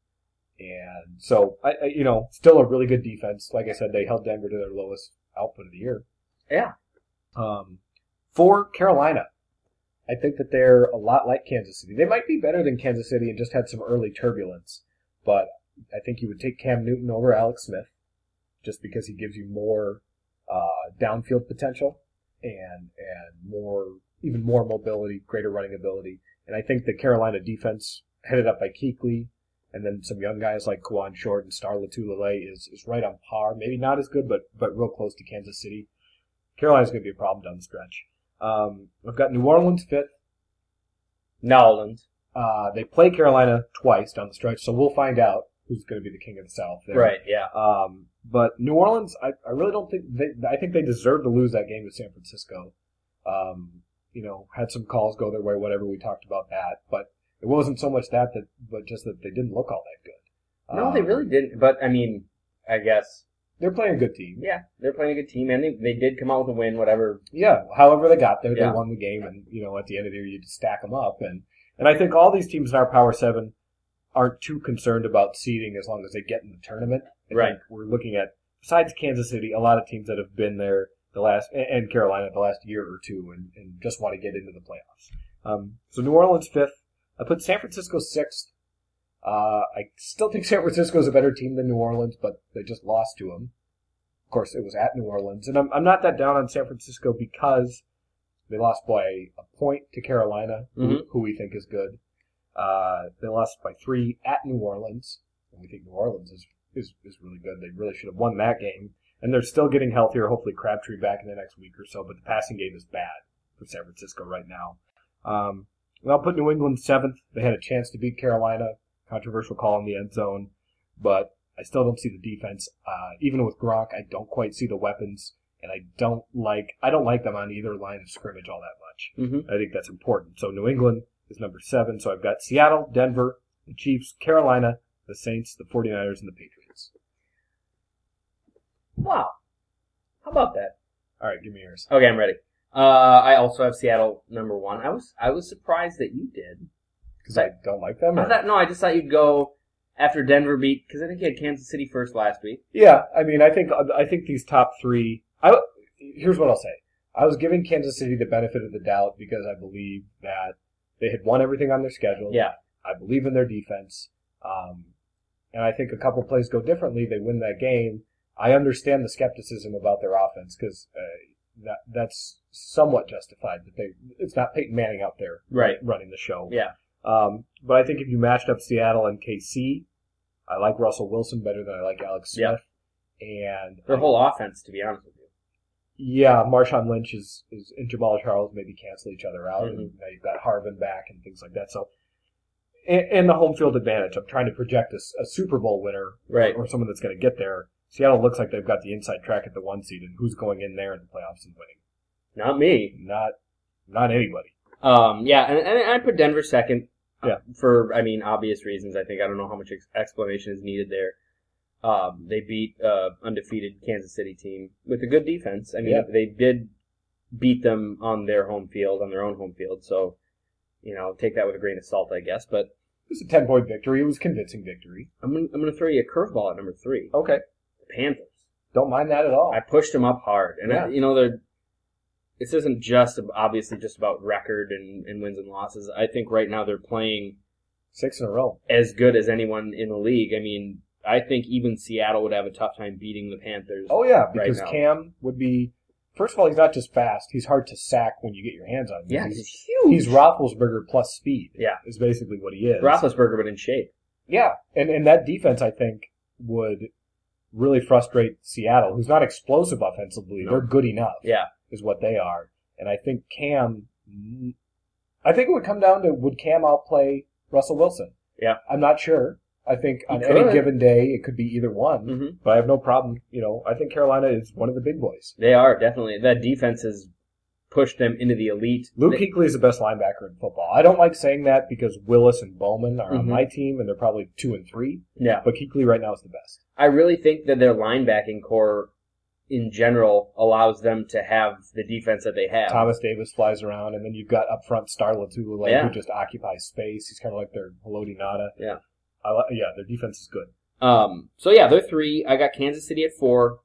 S2: and so I, I, you know, still a really good defense. Like I said, they held Denver to their lowest output of the year.
S1: Yeah.
S2: Um, for Carolina, I think that they're a lot like Kansas City. They might be better than Kansas City and just had some early turbulence, but I think you would take Cam Newton over Alex Smith just because he gives you more uh, downfield potential and and more even more mobility, greater running ability. And I think the Carolina defense, headed up by Keekley, and then some young guys like Kwan Short and Star Latulele is is right on par. Maybe not as good, but but real close to Kansas City. Carolina's going to be a problem down the stretch. Um, I've got New Orleans fifth.
S1: Nolans.
S2: Uh, they play Carolina twice down the stretch, so we'll find out who's going to be the king of the South. There.
S1: Right, yeah.
S2: Um, but New Orleans, I, I really don't think they. I think they deserve to lose that game to San Francisco. Um, you know, had some calls go their way, whatever we talked about that, but it wasn't so much that that, but just that they didn't look all that good.
S1: No, they
S2: Um,
S1: really didn't. But, I mean, I guess,
S2: They're playing a good team.
S1: yeah, they're playing a good team, and they, they did come out with a win, whatever.
S2: Yeah, however they got there,
S1: Yeah.
S2: they won the game, and you know at the end of the year you just stack them up, and and I think all these teams in our Power Seven aren't too concerned about seeding as long as they get in the tournament. I
S1: Right.
S2: think we're looking at besides Kansas City, a lot of teams that have been there the last and- and Carolina the last year or two, and, and just want to get into the playoffs. Um, so New Orleans fifth. I put San Francisco sixth. Uh, I still think San Francisco is a better team than New Orleans, but they just lost to them. Of course, it was at New Orleans, and I'm, I'm not that down on San Francisco because they lost by a point to Carolina, who, who we think is good. Uh, they lost by three at New Orleans, and we think New Orleans is, is is really good. They really should have won that game, and they're still getting healthier. Hopefully, Crabtree back in the next week or so, but the passing game is bad for San Francisco right now. Um, and I'll put New England seventh. They had a chance to beat Carolina. Controversial call in the end zone, but I still don't see the defense. Uh, even with Gronk, I don't quite see the weapons, and I don't like I don't like them on either line of scrimmage all that much.
S1: Mm-hmm.
S2: I think that's important. So New England is number seven. So I've got Seattle, Denver, the Chiefs, Carolina, the Saints, the 49ers, and the Patriots.
S1: Wow. How about that?
S2: All right, give me yours.
S1: Okay, I'm ready. Uh, I also have Seattle number one. I was I was surprised that you did.
S2: Because I don't like them.
S1: I
S2: or-
S1: thought no, I just thought you'd go after Denver beat because I think you had Kansas City first last week.
S2: Yeah, I mean, I think I think these top three. I here's what I'll say. I was giving Kansas City the benefit of the doubt because I believe that they had won everything on their schedule.
S1: Yeah.
S2: I believe in their defense, um, and I think a couple plays go differently. They win that game. I understand the skepticism about their offense because uh, that that's somewhat justified. That they it's not Peyton Manning out there
S1: Right.
S2: running the show.
S1: Yeah.
S2: Um, but I think if you matched up Seattle and KC, I like Russell Wilson better than I like Alex
S1: Yeah.
S2: Smith. And
S1: Their whole offense, to be honest with you.
S2: yeah, Marshawn Lynch is, is and Jamal Charles maybe cancel each other out,
S1: Mm-hmm.
S2: and now you've got Harvin back and things like that. So, and, and the home field advantage. I'm trying to project a, s- a Super Bowl winner
S1: Right.
S2: or someone that's going to get there. Seattle looks like they've got the inside track at the one seed, and who's going in there in the playoffs and winning?
S1: Not me.
S2: Not, not anybody.
S1: Um, yeah, and, and I put Denver second. uh,
S2: Yeah.
S1: For I mean obvious reasons. I think I don't know how much ex- explanation is needed there. Um, they beat uh undefeated Kansas City team with a good defense. I mean
S2: Yeah.
S1: they did beat them on their home field, on their own home field. So you know take that with a grain of salt, I guess. But
S2: It was a ten point victory. It was a convincing victory.
S1: I'm gonna, I'm gonna throw you a curveball at number three.
S2: Okay.
S1: The Panthers.
S2: Don't mind that at all.
S1: I pushed him up hard, and
S2: Oh. Yeah.
S1: I, you know, the this isn't just ab- obviously just about record and, and wins and losses. I think right now they're playing
S2: Six in a row.
S1: as good as anyone in the league. I mean, I think even Seattle would have a tough time beating the Panthers.
S2: Oh yeah,
S1: Right
S2: because
S1: now.
S2: Cam would be. First of all, he's not just fast; he's hard to sack when you get your hands on him.
S1: yeah,
S2: he's,
S1: he's huge.
S2: he's Roethlisberger plus speed.
S1: Yeah.
S2: is basically what he is.
S1: Roethlisberger, but in shape.
S2: Yeah, and and that defense I think would really frustrate Seattle, who's not explosive offensively.
S1: No.
S2: They're good enough.
S1: Yeah.
S2: is what they are, and I think Cam. I think it would come down to would Cam outplay Russell Wilson?
S1: Yeah.
S2: I'm not sure. I think
S1: He
S2: on any
S1: could.
S2: given day it could be either one,
S1: hmm
S2: but I have no problem. You know, I think Carolina is one of the big boys.
S1: They are definitely that defense has pushed them into the elite.
S2: Luke
S1: They-
S2: Kuechly is the best linebacker in football. I don't like saying that because Willis and Bowman are on
S1: Mhm.
S2: my team, and they're probably two and three.
S1: yeah,
S2: But Kuechly right now is the best.
S1: I really think that their linebacking core in general allows them to have the defense that they have.
S2: Thomas Davis flies around, and then you've got up front Starlets who like
S1: Yeah.
S2: who just occupies space. He's kind of like their Haloti Nada.
S1: Yeah.
S2: I li- yeah, their defense is good.
S1: Um, so yeah, they're three. I got Kansas City at four.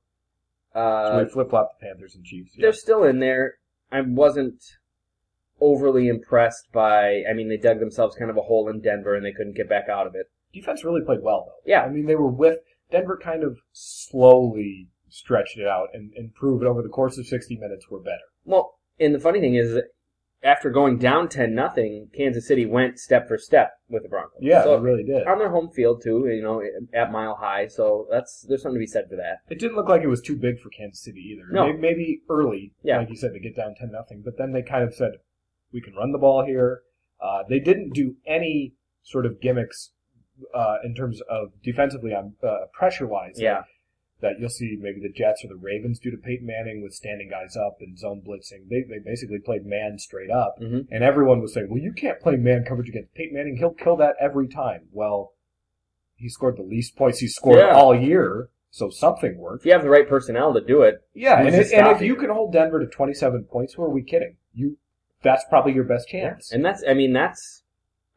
S2: So
S1: Uh,
S2: we flip flop the Panthers and Chiefs. Yeah.
S1: they're still in there. I wasn't overly impressed by. I mean, they dug themselves kind of a hole in Denver, and they couldn't get back out of it.
S2: Defense really played well though.
S1: Yeah.
S2: I mean they were with Denver, kind of slowly stretched it out and, and proved over the course of sixty minutes were better.
S1: Well, and the funny thing is, after going down ten nothing, Kansas City went step for step with the Broncos.
S2: Yeah,
S1: So,
S2: they really did.
S1: on their home field too. You know, at Mile High. So that's there's something to be said for that.
S2: It didn't look like it was too big for Kansas City either.
S1: No.
S2: May- Maybe early,
S1: Yeah.
S2: like you said, they get down 10 nothing, but then they kind of said, we can run the ball here. Uh, they didn't do any sort of gimmicks uh, in terms of defensively on uh, pressure wise
S1: Yeah,
S2: that you'll see maybe the Jets or the Ravens do to Peyton Manning with standing guys up and zone blitzing. They, they basically played man straight up,
S1: Mhm.
S2: and everyone was saying, well, you can't play man coverage against Peyton Manning. He'll kill that every time. Well, he scored the least points he scored
S1: Yeah.
S2: all year, so something worked.
S1: if you have the right personnel to do it,
S2: Yeah,
S1: Who's
S2: and,
S1: to
S2: it, and
S1: stop
S2: if you
S1: you?
S2: can hold Denver to 27 points, who are we kidding? You, that's probably your best chance.
S1: and that's I mean that's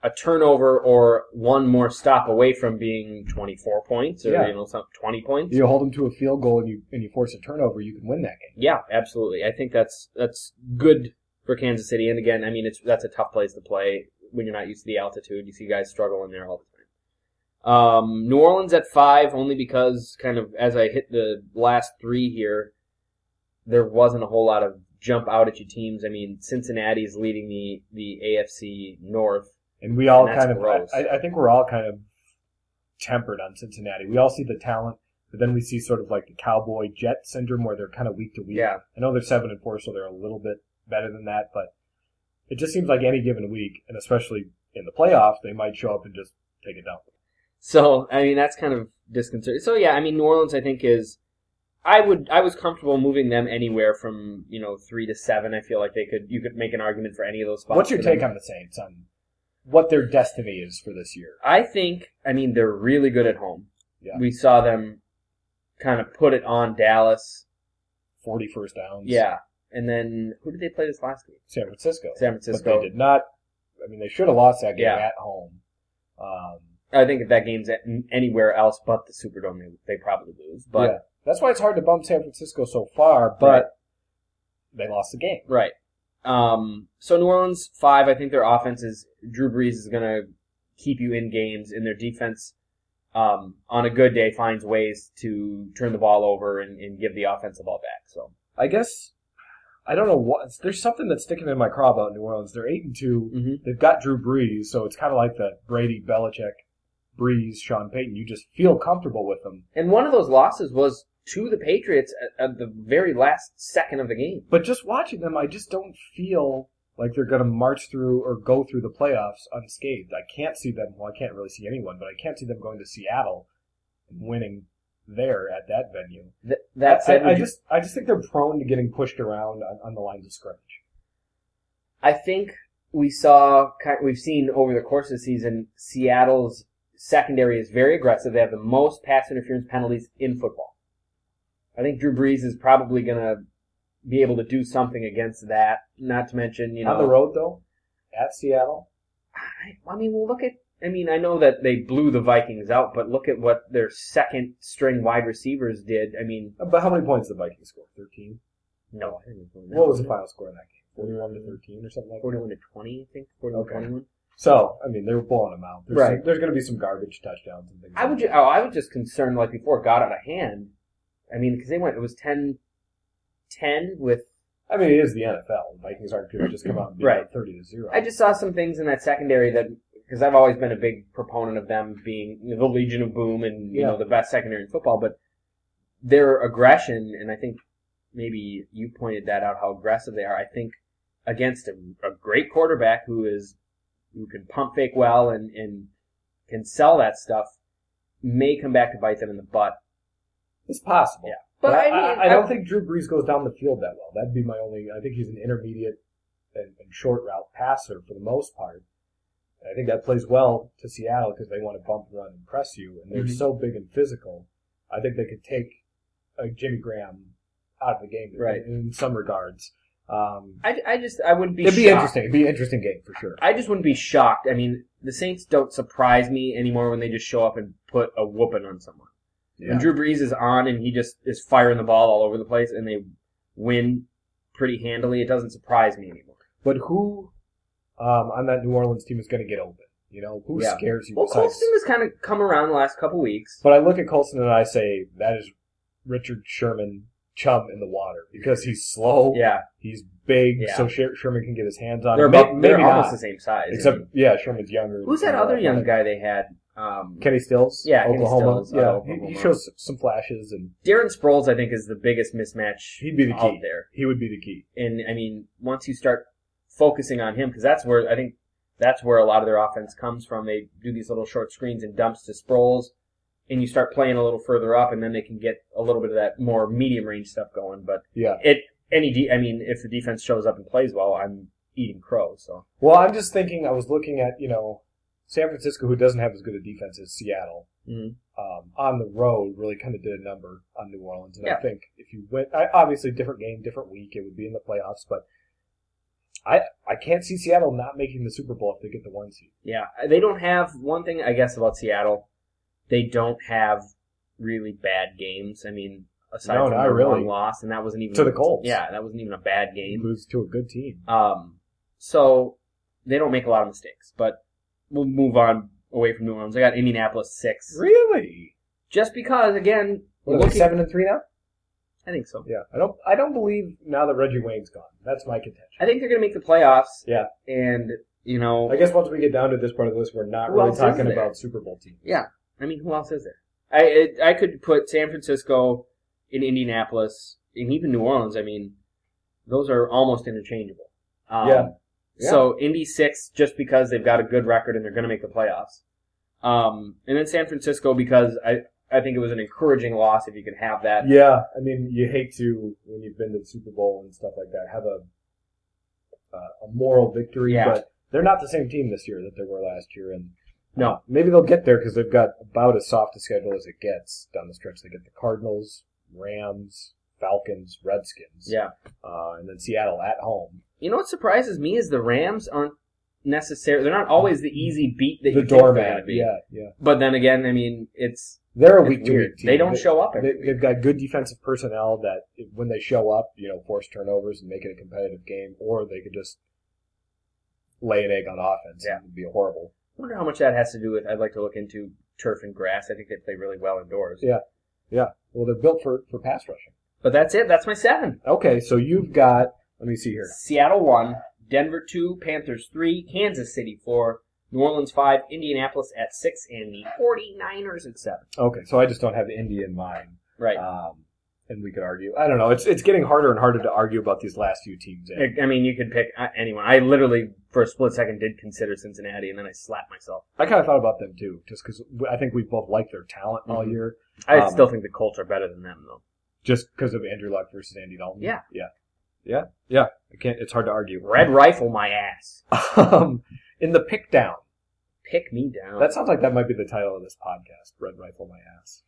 S1: a turnover or one more stop away from being 24 points or
S2: Yeah.
S1: you know some 20 points.
S2: you hold them to a field goal and you and you force a turnover, you can win that game.
S1: Yeah, absolutely. I think that's that's good for Kansas City. And again, I mean it's that's a tough place to play when you're not used to the altitude. You see guys struggling there all the time. Um, New Orleans at five, only because kind of as I hit the last three here, there wasn't a whole lot of jump out at you teams. I mean, Cincinnati's leading the the AFC North.
S2: And we all
S1: And that's
S2: kind of,
S1: gross.
S2: I, I think we're all kind of tempered on Cincinnati. We all see the talent, but then we see sort of like the cowboy jet syndrome where they're kind of week to week.
S1: Yeah.
S2: I know they're seven and four, so they're a little bit better than that, but it just seems like any given week, and especially in the playoffs, they might show up and just take it down.
S1: So I mean that's kind of disconcerting. So yeah, I mean New Orleans I think is I would I was comfortable moving them anywhere from you know three to seven. I feel like they could you could make an argument for any of those spots.
S2: What's your
S1: for them.
S2: take on the Saints on what their destiny is for this year?
S1: I think I mean they're really good at home.
S2: Yeah.
S1: We saw them kind of put it on Dallas.
S2: 40 first downs.
S1: Yeah, and then who did they play this last week?
S2: San Francisco.
S1: San
S2: But
S1: Francisco.
S2: they did not. I mean, they should have lost that game
S1: Yeah.
S2: at home. Um,
S1: I think if that game's at anywhere else but the Superdome, they, they probably lose. But
S2: yeah. that's why it's hard to bump San Francisco so far, but
S1: Right.
S2: they lost the game.
S1: Right. Um, so New Orleans five. I think their offense is Drew Brees is going to keep you in games, and their defense, um, on a good day, finds ways to turn the ball over and, and give the offense the ball back. So
S2: I guess I don't know what. There's something that's sticking in my craw about New Orleans. They're eight and 2 they
S1: Mhm.
S2: They've got Drew Brees, so it's kind of like the Brady, Belichick, Brees, Sean Payton. You just feel comfortable with them.
S1: and one of those losses was to the Patriots at, at the very last second of the game.
S2: But just watching them, I just don't feel like they're going to march through or go through the playoffs unscathed. I can't see them. Well, I can't really see anyone, but I can't see them going to Seattle and winning there at that venue.
S1: Th- that said,
S2: I, I
S1: would you-
S2: just, I just think they're prone to getting pushed around on, on the lines of scrimmage.
S1: I think we saw, ki- we've seen over the course of the season, Seattle's secondary is very aggressive. They have the most pass interference penalties in football. I think Drew Brees is probably going to be able to do something against that. Not to mention, you know,
S2: on the road, though, at Seattle,
S1: I, I mean, we'll look at I mean, I know that they blew the Vikings out, but look at what their second string wide receivers did. I mean,
S2: But how many points did the Vikings score? 13?
S1: no, I didn't even
S2: What was the final score in that game? 41 to 13 or something like that?
S1: Forty-one to twenty, I think. Forty-one to
S2: Okay.
S1: twenty-one.
S2: So, I mean, they were blowing them out. There's
S1: Right.
S2: some- there's going to be some garbage touchdowns and things.
S1: I
S2: like
S1: would.
S2: that.
S1: Ju- oh, I was just concerned like before it got out of hand. I mean, because they went. It was 10, 10 with.
S2: I mean, it is the NFL. The Vikings aren't going to just come out and beat
S1: Right.
S2: them 30 to 0.
S1: I just saw some things in that secondary that because I've always been a big proponent of them being you know, the Legion of Boom and you
S2: Yeah.
S1: know the best secondary in football, but their aggression and I think maybe you pointed that out how aggressive they are. I think against a, a great quarterback who is who can pump fake well and and can sell that stuff may come back to bite them in the butt.
S2: It's possible.
S1: Yeah.
S2: But,
S1: But
S2: I,
S1: I mean,
S2: I, I don't
S1: I-
S2: think Drew Brees goes down the field that well. That'd be my only. I think he's an intermediate and, and short route passer for the most part. And I think that plays well to Seattle because they want to bump and run and press you, and they're
S1: Mhm.
S2: so big and physical. I think they could take uh, Jimmy Graham out of the game,
S1: Right.
S2: In, in some regards, um,
S1: I, I just I wouldn't be
S2: it'd be
S1: shocked.
S2: interesting. It'd be an interesting game for sure.
S1: I just wouldn't be shocked. I mean, the Saints don't surprise me anymore when they just show up and put a whooping on someone. When Drew Brees is on and he just is firing the ball all over the place and they win pretty handily, it doesn't surprise me anymore.
S2: But who um, on that New Orleans team is going to get open? You know, who
S1: Yeah.
S2: scares you?
S1: Well,
S2: besides-
S1: Colston has kind of come around the last couple weeks.
S2: But I look at Colson and I say that is Richard Sherman chum in the water because he's slow.
S1: Yeah,
S2: He's big,
S1: Yeah.
S2: so Sher- Sherman can get his hands on
S1: they're
S2: him.
S1: about
S2: uh, May-
S1: they're
S2: maybe
S1: almost
S2: not.
S1: the same size.
S2: Except, yeah, Sherman's younger.
S1: who's that
S2: He's more
S1: other young
S2: athletic.
S1: guy they had? Um,
S2: Kenny Stills.
S1: Yeah, Kenny
S2: Oklahoma.
S1: Stills,
S2: yeah,
S1: out of
S2: he- He,
S1: Oklahoma.
S2: shows some flashes, and
S1: Darren Sproles, I think, is the biggest mismatch
S2: he'd be the
S1: out
S2: key.
S1: there.
S2: He would be the key.
S1: and I mean, once you start focusing on him, because that's where I think that's where a lot of their offense comes from. They do these little short screens and dumps to Sproles, and you start playing a little further up, and then they can get a little bit of that more medium range stuff going. But
S2: Yeah.
S1: it any de- I mean, if the defense shows up and plays well, I'm eating crow. So
S2: Well, I'm just thinking. I was looking at you know San Francisco, who doesn't have as good a defense as Seattle.
S1: Mhm.
S2: um, on the road really kind of did a number on New Orleans. And I
S1: Yeah.
S2: think if you went, I, obviously different game, different week, it would be in the playoffs. But I I can't see Seattle not making the Super Bowl if they get the one seed.
S1: yeah, they don't have one thing I guess about Seattle. They don't have really bad games. I mean, aside
S2: No,
S1: from
S2: not
S1: their
S2: really.
S1: one loss, and that wasn't even
S2: To the Colts.
S1: Yeah, that wasn't even a bad
S2: They
S1: game.
S2: lose to a good team.
S1: Um, so they don't make a lot of mistakes, but we'll move on away from New Orleans. I got Indianapolis six,
S2: Really?
S1: just because again,
S2: What, are they
S1: looking-
S2: seven and three now?
S1: I think so.
S2: Yeah, I don't I don't believe now that Reggie Wayne's gone. That's my contention.
S1: I think they're going to make the playoffs.
S2: Yeah.
S1: and you know,
S2: I guess once we get down to this part of the list, we're not
S1: Who
S2: really
S1: else is
S2: talking
S1: there?
S2: about Super Bowl teams.
S1: yeah. I mean, who else is there? I it, I could put San Francisco in Indianapolis and even New Orleans. I mean, those are almost interchangeable. Um,
S2: Yeah. Yeah.
S1: So Indy six just because they've got a good record and they're going to make the playoffs. Um, and then San Francisco because I I think it was an encouraging loss if you can have that.
S2: Yeah, I mean, you hate to when you've been to the Super Bowl and stuff like that have a uh, a moral victory,
S1: Yeah.
S2: but they're not the same team this year that they were last year, and
S1: No.
S2: maybe they'll get there because they've got about as soft a schedule as it gets down the stretch. They get the Cardinals, Rams, Falcons, Redskins,
S1: Yeah.
S2: uh, and then Seattle at home.
S1: You know what surprises me is the Rams aren't necessarily they're not always the easy beat that
S2: the
S1: you think they're
S2: doormat,
S1: going to be.
S2: yeah, yeah,
S1: But then again, I mean, it's
S2: they're a
S1: It's
S2: week to
S1: weird.
S2: week team.
S1: They don't show up
S2: They,
S1: every
S2: they've got good defensive personnel that when they show up, you know, force turnovers and make it a competitive game, or they could just lay an egg on offense.
S1: Yeah.
S2: It would be horrible.
S1: I wonder how much that has to do with I'd like to look into turf and grass. I think they play really well indoors.
S2: Yeah. Yeah. Well, they're built for, for pass rushing.
S1: But that's it. That's my 7.
S2: Okay, so you've got, let me see here.
S1: Seattle 1, Denver 2, Panthers 3, Kansas City 4, New Orleans 5, Indianapolis at 6 and the 49ers at Uh, 7.
S2: Okay, so I just don't have Indy in mind.
S1: Right.
S2: Um, and we could argue. I don't know. It's it's getting harder and harder to argue about these last few teams. In.
S1: I- I mean, you could pick uh, anyone. I literally, for a split second, did consider Cincinnati, and then I slapped myself.
S2: I kind of thought about them too, just because I think we both liked their talent all
S1: Mhm.
S2: year.
S1: I
S2: Um,
S1: still think the Colts are better than them, though.
S2: just because of Andrew Luck versus Andy Dalton.
S1: Yeah.
S2: yeah, yeah, yeah. I can't. It's hard to argue.
S1: Red rifle my ass.
S2: um, in the pick down.
S1: Pick me down.
S2: That sounds like that might be the title of this podcast. Red rifle my ass.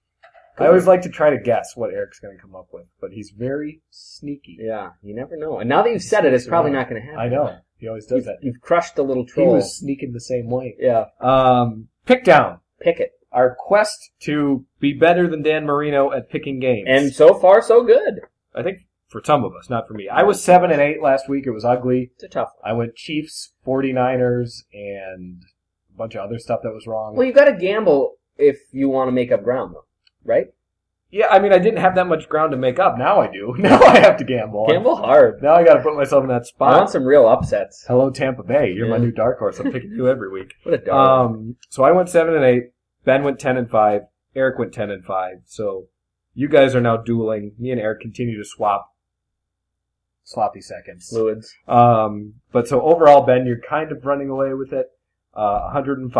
S2: I always like to try to guess what Eric's going to come up with, but he's very sneaky.
S1: Yeah, you never know. And now that you've said it, it's probably not going to happen.
S2: I know. He always does
S1: You've,
S2: that.
S1: you've crushed the little
S2: He
S1: troll.
S2: was sneaking the same way.
S1: yeah,
S2: Um, pick down.
S1: pick it.
S2: Our quest to be better than Dan Marino at picking games.
S1: And so far, so good.
S2: I think for some of us, not for me. I was seven and eight last week. It was ugly.
S1: It's a tough
S2: I went Chiefs, 49ers, and a bunch of other stuff that was wrong.
S1: one. Well, you got to gamble if you want to make up ground, though, right?
S2: Yeah, I mean, I didn't have that much ground to make up. Now I do. Now I have to gamble.
S1: Gamble hard.
S2: Now I got to put myself in that
S1: I want
S2: spot.
S1: some real upsets.
S2: Hello, Tampa Bay. You're my
S1: Yeah.
S2: new dark horse. I'm picking you every week.
S1: What a dog.
S2: Um, so I went seven and eight. Ben went ten and five. Eric went ten and five. So you guys are now dueling. Me and Eric continue to swap sloppy seconds.
S1: Fluids.
S2: Um, but so overall, Ben, you're kind of running away with it. Uh, 105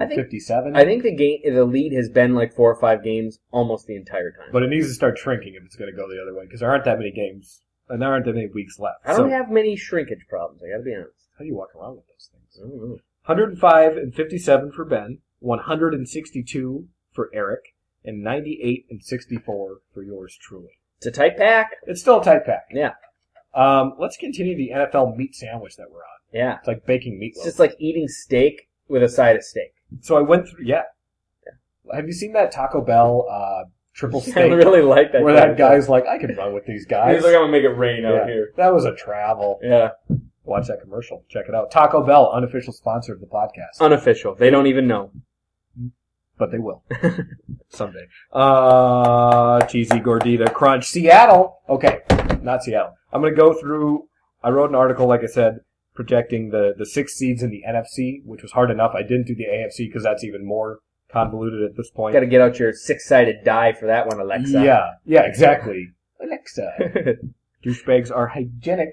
S1: I
S2: and
S1: think-
S2: 57.
S1: I think the game, the lead has been like four or five games almost the entire time.
S2: but it needs to start shrinking if it's going to go the other way because there aren't that many games and there aren't that many weeks left.
S1: I don't
S2: So
S1: have many shrinkage problems. I got to be honest.
S2: how do you walk around with those things?
S1: I don't know.
S2: 105 and 57 for Ben, 162 for Eric, and 98 and 64 for yours truly.
S1: It's a tight pack.
S2: It's still a tight pack.
S1: Yeah.
S2: Um, let's continue the NFL meat sandwich that we're on.
S1: Yeah.
S2: It's like baking meatloaf.
S1: It's just like eating steak with a side of steak.
S2: So I went through. Yeah. Have you seen that Taco Bell uh, triple
S1: I
S2: steak
S1: really like that.
S2: where
S1: kind
S2: that
S1: of
S2: guy's like, I can run with these
S1: stuff.
S2: guys.
S1: I'm gonna make it rain
S2: Yeah. That was a travel.
S1: Yeah.
S2: Watch that commercial. Check it out. Taco Bell, unofficial sponsor of the
S1: Uh.
S2: podcast,
S1: Unofficial. They don't even know.
S2: but they will someday. Uh, cheesy gordita crunch. Seattle. Okay, not Seattle. I'm gonna go through. I wrote an article, like I said, projecting the the six seeds in the NFC, which was hard enough. I didn't do the AFC because that's even more convoluted at this point.
S1: Got to get out your six-sided die for that one, Alexa.
S2: Yeah, yeah, exactly. Alexa. Douchebags are hygienic.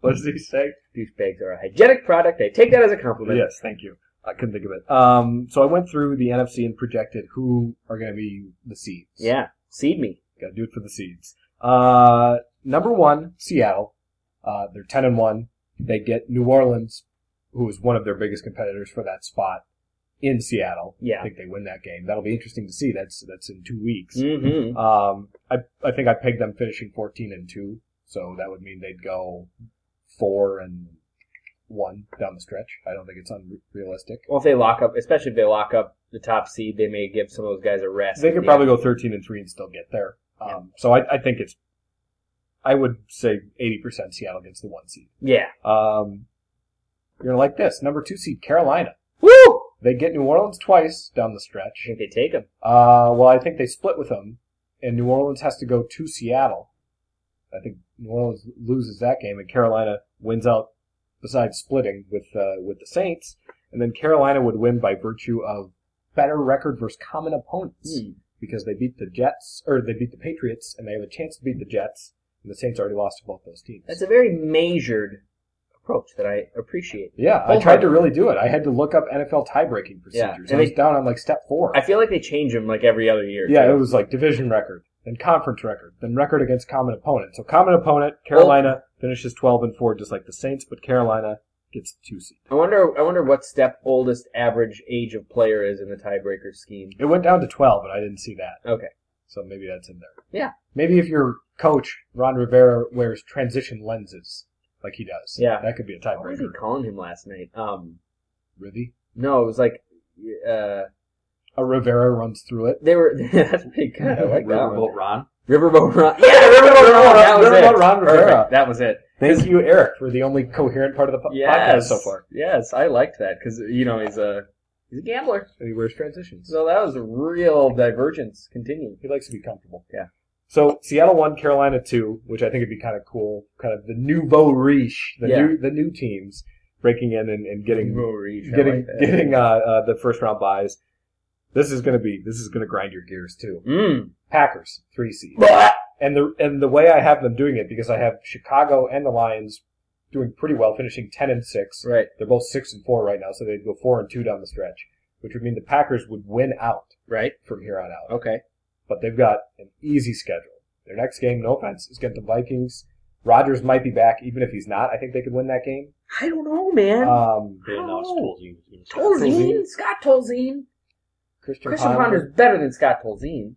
S2: what does he say?
S1: Douchebags are a hygienic product. I take that as a compliment.
S2: Yes, thank you. I couldn't think of it. Um, so I went through the NFC and projected who are going to be the seeds.
S1: Yeah. Seed me.
S2: Got to do it for the seeds. Uh, number one, Seattle. Uh, they're 10 and 1. They get New Orleans, who is one of their biggest competitors for that spot in Seattle. I
S1: Yeah.
S2: think they win that game. That'll be interesting to see. That's, that's in two weeks.
S1: Mm-hmm.
S2: Um, I I think I pegged them finishing fourteen and two, so that would mean they'd go four and one down the stretch. I don't think it's unrealistic.
S1: Well, if they lock up, especially if they lock up the top seed, they may give some of those guys a rest.
S2: They could
S1: Yeah.
S2: probably go thirteen and three and still get there. Um,
S1: Yeah.
S2: so I I think it's I would say eighty percent Seattle gets the one seed.
S1: Yeah.
S2: Um, you're gonna like this number two seed Carolina.
S1: Woo!
S2: They get New Orleans twice down the
S1: I
S2: stretch.
S1: think they take him.
S2: Uh, well, I think they split with them, and New Orleans has to go to Seattle. I think New Orleans loses that game, and Carolina wins out. Besides splitting with uh, with the Saints, and then Carolina would win by virtue of better record versus common opponents
S1: Hmm.
S2: because they beat the Jets or they beat the Patriots, and they have a chance to beat the Jets. And the Saints already lost to both those teams.
S1: That's a very measured approach that I appreciate.
S2: yeah, I tried to really do it. I had to look up NFL tie breaking
S1: Yeah,
S2: procedures.
S1: and
S2: I was
S1: they-
S2: down on like step four.
S1: I feel like they change them like every other year.
S2: Yeah,
S1: too.
S2: it was like division record, then conference record, then record against common opponent. So common opponent, Carolina finishes twelve and four, just like the Saints, but Carolina gets the two seed.
S1: I wonder. I wonder what step oldest average age of player is in the tiebreaker scheme.
S2: It went down to twelve, but I didn't see that,
S1: Okay.
S2: so maybe that's in there.
S1: Yeah.
S2: maybe if your coach Ron Rivera wears transition lenses like he does,
S1: Yeah.
S2: that could be a
S1: What was he
S2: tiebreaker.
S1: calling him last night? Um,
S2: Really,
S1: no, it was like, uh,
S2: a Rivera runs through it.
S1: they were. that's pretty good. I like that one.
S3: Riverboat Ron.
S1: Riverboat Ron. Yeah, Riverboat Ron. That was
S2: Riverboat
S1: it.
S2: Ron Rivera.
S1: Perfect. That was it.
S2: Thank you, Eric, for the only coherent part of the po- podcast
S1: Yes.
S2: so far.
S1: Yes, I liked that because you know he's a he's a gambler.
S2: And he wears transitions.
S1: So that was a real divergence. Continue.
S2: He likes to be comfortable.
S1: Yeah.
S2: So Seattle won, Carolina two, which I think would be kind of cool. Kind of the nouveau riche, the
S1: Yeah.
S2: new the new teams breaking in and, and getting
S1: Reach, I
S2: getting
S1: like that.
S2: getting uh, uh, the first round buys. This is gonna be this is gonna grind your gears too.
S1: Mm.
S2: Packers three seed, and the and the way I have them doing it because I have Chicago and the Lions doing pretty well, finishing ten and six.
S1: Right.
S2: They're both six and four right now, so they'd go four and two down the stretch, which would mean the Packers would win out
S1: Right.
S2: from here on out
S1: Okay.
S2: but they've got an easy schedule. Their next game, no offense, is against the Vikings. Rodgers might be back, even if he's not. I think they could win that game.
S1: I don't know, man.
S2: Um,
S3: They announced
S1: Oh.
S3: Tolzien.
S1: Tolzien, Scott Tolzien.
S2: Christian,
S1: Christian
S2: Ponder-
S1: Ponder's better than Scott Tolzien.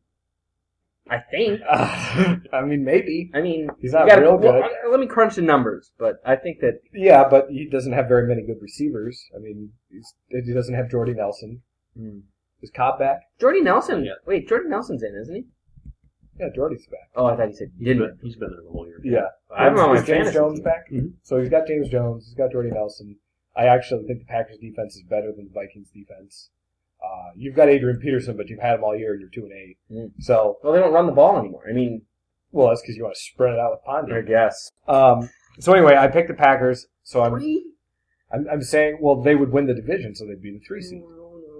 S1: I think.
S2: I mean, maybe.
S1: I mean,
S2: He's
S1: you
S2: not
S1: gotta-
S2: real
S1: well,
S2: good.
S1: uh, let me crunch the numbers, but I think that
S2: Yeah, but he doesn't have very many good receivers. I mean, he's, he doesn't have Jordy Nelson. Is Cobb back?
S1: hmm. Jordy Nelson.
S3: Yeah.
S1: Wait, Jordy Nelson's in, isn't he?
S2: Yeah, Jordy's back.
S1: Oh, I thought he said
S3: He's
S1: didn't.
S3: been, he's been there the whole year.
S2: Yeah.
S1: I have him on my
S2: Is James
S1: fantasy
S2: Jones
S1: team.
S2: back?
S3: Mhm.
S2: So he's got James Jones. He's got Jordy Nelson. I actually think the Packers defense is better than the Vikings defense. Uh, you've got Adrian Peterson, but you've had him all year, and you're two and eight.
S1: Mm.
S2: So,
S1: Well, they don't run the ball anymore. I mean,
S2: well, that's because you want to spread it out with
S1: I
S2: Ponder.
S1: guess.
S2: Um, so anyway, I picked the Packers. So I'm,
S1: Three?
S2: I'm I'm saying, well, they would win the division, so they'd be the three
S1: Mm.
S2: seed.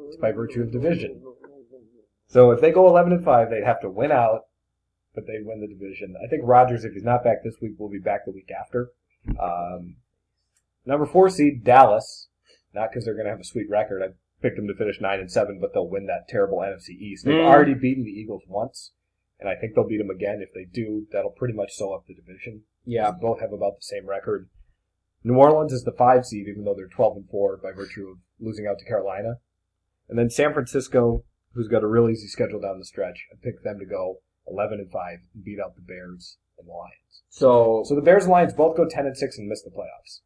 S2: It's by virtue of division. So if they go 11 and 5, they'd have to win out, but they'd win the division. I think Rodgers, if he's not back this week, will be back the week after. Um, number four seed, Dallas. Not because they're going to have a sweet record. I picked them to finish 9 and 7, but they'll win that terrible NFC East. They've
S1: Mm.
S2: already beaten the Eagles once, and I think they'll beat them again. If they do, that'll pretty much sew up the division.
S1: Yeah.
S2: They both have about the same record. New Orleans is the five seed, even though they're 12 and 4 by virtue of losing out to Carolina. And then San Francisco, who's got a real easy schedule down the stretch, I picked them to go 11 and 5 and beat out the Bears and the Lions.
S1: So,
S2: So the Bears and Lions both go 10 and 6 and miss the playoffs,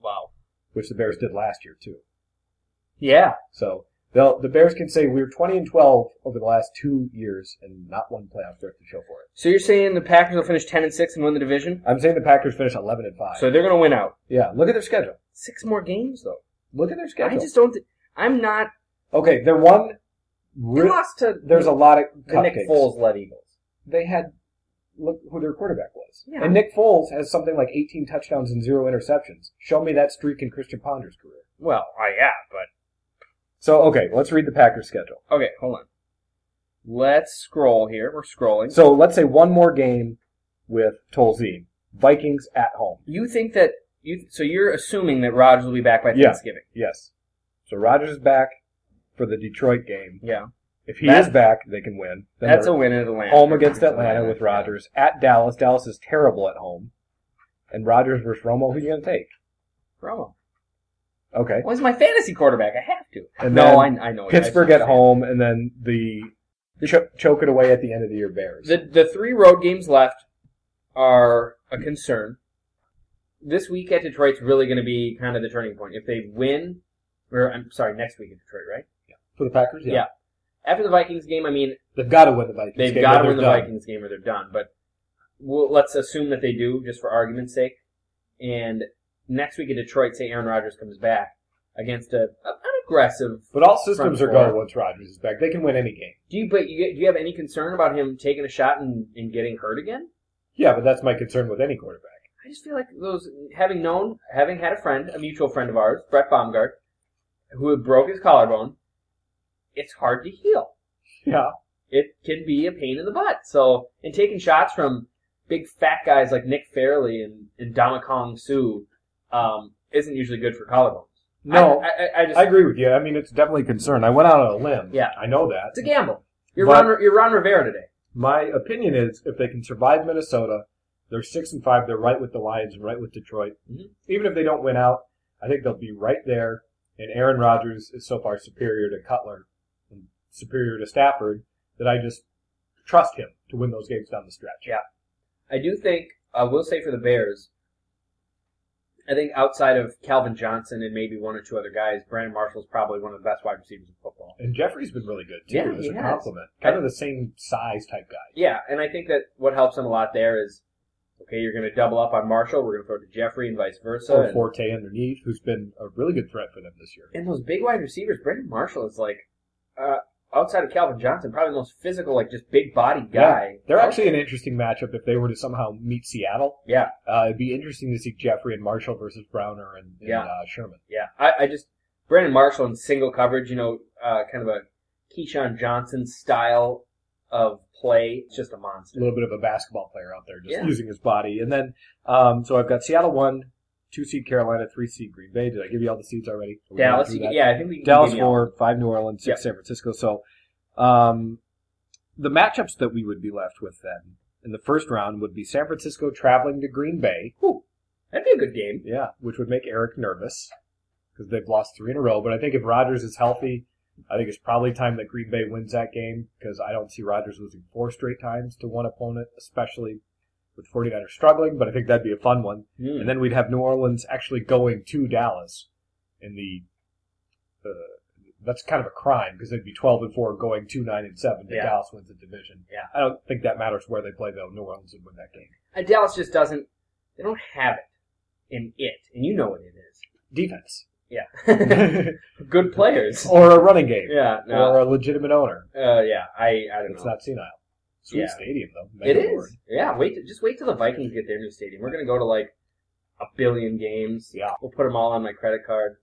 S1: wow.
S2: which the Bears did last year too.
S1: Yeah.
S2: So they'll, the Bears can say we're 20 and 12 over the last two years and not one playoff record to show for it.
S1: So you're saying the Packers will finish ten and six and win the division?
S2: I'm saying the Packers finish 11 and 5.
S1: So they're going to win out.
S2: yeah, look at their schedule.
S1: Six more games though.
S2: Look at their schedule.
S1: I just don't. Th- I'm not.
S2: Okay, they're one.
S1: They
S2: re-
S1: lost to
S2: There's a lot of
S1: the
S2: cupcakes.
S1: Nick Foles led Eagles.
S2: They had look who their quarterback was,
S1: Yeah.
S2: and Nick Foles has something like 18 touchdowns and zero interceptions. Show me that streak in Christian Ponder's career.
S1: Well, I yeah, but
S2: So okay, let's read the Packers schedule.
S1: okay. Hold on. Let's scroll here. We're scrolling.
S2: So let's say one more game with Tolzien. Vikings at home.
S1: you think that you? So you're assuming that Rodgers will be back by
S2: Yeah.
S1: Thanksgiving?
S2: Yes. So Rodgers is back for the Detroit game.
S1: Yeah.
S2: If he
S1: That-
S2: is back, they can win. Then
S1: That's
S2: they're-
S1: a win in Atlanta.
S2: home against Atlanta with Rodgers at Dallas. Dallas is terrible at home. And Rodgers versus Romo, who you gonna take?
S1: Romo.
S2: Okay.
S1: Well, he's my fantasy quarterback. I have to.
S2: And
S1: no,
S2: then
S1: I, I know.
S2: Pittsburgh at home, and then the cho- choke it away at the end of the year Bears.
S1: The the three road games left are a concern. This week at Detroit's really going to be kind of the turning point. If they win, or I'm sorry, next week at Detroit, right?
S2: For the Packers,
S1: Yeah. After the Vikings game, I mean,
S2: they've got to win the Vikings.
S1: they've
S2: game,
S1: got to
S2: or
S1: win the
S2: they're done.
S1: Vikings game or they're done. But we'll, let's assume that they do, just for argument's sake. And next week at Detroit, say Aaron Rodgers comes back against a, a an aggressive.
S2: But all systems
S1: Front
S2: are going
S1: four.
S2: once Rodgers is back. They can win any game.
S1: Do you but you, do you have any concern about him taking a shot and, and getting hurt again?
S2: Yeah, but that's my concern with any quarterback.
S1: I just feel like those having known, having had a friend, a mutual friend of ours, Brett Baumgart, who had broke his collarbone. It's hard to heal.
S2: Yeah.
S1: It can be a pain in the butt. So, and taking shots from big fat guys like Nick Fairley and and Damakong Su um, isn't usually good for collarbones.
S2: No,
S1: I, I, I just
S2: I agree with you. I mean, it's definitely a concern. I went out on a limb.
S1: Yeah.
S2: I know that.
S1: it's a gamble. You're
S2: But-
S1: Ron, you're Ron Rivera today.
S2: My opinion is if they can survive Minnesota, they're six and five. They're right with the Lions and right with Detroit.
S1: Mhm.
S2: Even if they don't win out, I think they'll be right there. And Aaron Rodgers is so far superior to Cutler and superior to Stafford that I just trust him to win those games down the stretch.
S1: Yeah. I do think I will say for the Bears. I think outside of Calvin Johnson and maybe one or two other guys, Brandon Marshall's probably one of the best wide receivers in football.
S2: And Jeffrey's been really good too.
S1: Yeah,
S2: as
S1: he
S2: a
S1: has.
S2: compliment, kind of the same size type guy.
S1: Yeah, and I think that what helps him a lot there is, okay, you're going to double up on Marshall. We're going to throw it to Jeffrey and vice versa.
S2: Or
S1: and,
S2: Forte underneath, who's been a really good threat for them this year.
S1: and those big wide receivers, Brandon Marshall is like, uh, outside of Calvin Johnson, probably the most physical, like just big body guy.
S2: Yeah. They're actually an interesting matchup if they were to somehow meet Seattle.
S1: Yeah,
S2: Uh, it'd be interesting to see Jeffrey and Marshall versus Browner and, and
S1: Yeah.
S2: uh, Sherman.
S1: yeah. I, I just Brandon Marshall in single coverage, you know, uh, kind of a Keyshawn Johnson style of play. It's just a
S2: A
S1: monster.
S2: little bit of a basketball player out there, just
S1: Yeah.
S2: using his body. And then, um, so I've got Seattle one, two seed Carolina, three seed Green Bay. Did I give you all the seeds already? Are we going
S1: Dallas,
S2: through
S1: you,
S2: that?
S1: yeah, I think we can
S2: Dallas
S1: give you all-
S2: four, five New Orleans,
S1: Yep.
S2: six San Francisco. So, um, the matchups that we would be left with then in the first round would be San Francisco traveling to Green Bay.
S1: That'd be a good game.
S2: Yeah, which would make Eric nervous because they've lost three in a row. But I think if Rodgers is healthy, I think it's probably time that Green Bay wins that game because I don't see Rodgers losing four straight times to one opponent, especially with 49ers struggling, but I think that'd be a fun one.
S1: Mm.
S2: And then we'd have New Orleans actually going to Dallas in the. Uh, that's kind of a crime because they'd be 12 and 4 going to 9 and 7. But
S1: Yeah.
S2: Dallas wins the division.
S1: Yeah.
S2: I don't think that matters where they play, though. New Orleans would win that game.
S1: And Dallas just doesn't. They don't have it in it, and you know what it is.
S2: Defense.
S1: Yeah, good players.
S2: or a running game.
S1: Yeah,
S2: Or
S1: no,
S2: a legitimate owner.
S1: uh, yeah. I I don't
S2: It's
S1: know.
S2: not senile. Sweet
S1: Yeah.
S2: stadium, though.
S1: It
S2: Mega Lord.
S1: is. Yeah. Wait. Just wait till the Vikings get their new stadium. We're gonna go to like a billion games.
S2: Yeah.
S1: We'll put them all on my credit card,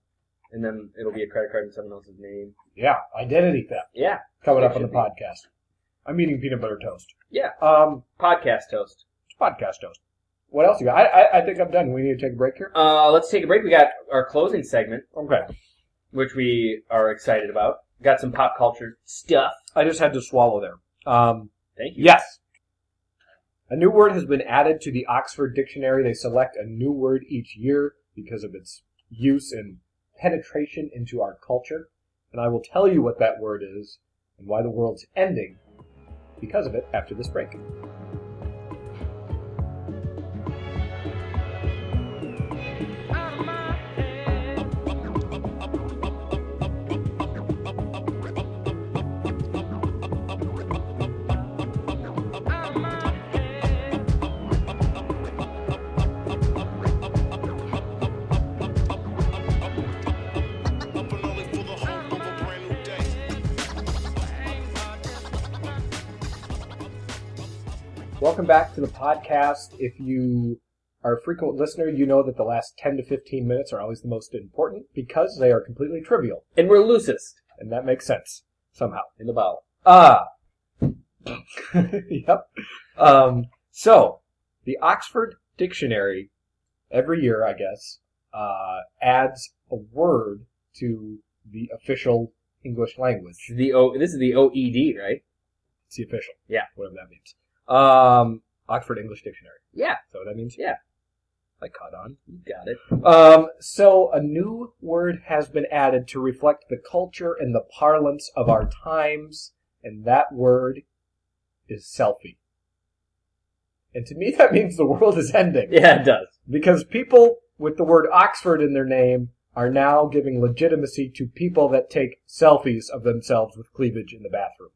S1: and then it'll be a credit card in someone else's name.
S2: Yeah. Identity theft.
S1: Yeah.
S2: coming
S1: It
S2: up on the
S1: should be.
S2: podcast. I'm eating peanut butter toast.
S1: Yeah.
S2: Um,
S1: Podcast toast.
S2: it's podcast toast. What else you got? I, I, I think I'm done. We need to take a break here.
S1: Uh, let's take a break. We got our closing segment,
S2: Okay.
S1: which we are excited about. Got some pop culture stuff.
S2: I just had to swallow there. Um,
S1: Thank you.
S2: yes. A new word has been added to the Oxford Dictionary. They select a new word each year because of its use and penetration into our culture. And I will tell you what that word is and why the world's ending because of it after this break.
S3: But only for the hope of a brand new day.
S2: Welcome back to the podcast. If you are a frequent listener, you know that the last 10 to 15 minutes are always the most important because they are completely trivial,
S1: And we're loosest
S2: and that makes sense somehow.
S1: in the bowel.
S2: Ah. yep. Um, so, the Oxford Dictionary, every year, I guess, uh, adds a word to the official English language.
S1: The o, this is the OED, right?
S2: It's the official.
S1: Yeah.
S2: Whatever that means. Um, Oxford English Dictionary.
S1: Yeah.
S2: Is that what that means?
S1: Yeah.
S2: I caught on.
S1: You got it.
S2: Um, so a new word has been added to reflect the culture and the parlance of our times, and that word is selfie. And to me, that means the world is ending
S1: Yeah, it does.
S2: because people with the word Oxford in their name are now giving legitimacy to people that take selfies of themselves with cleavage in the bathroom.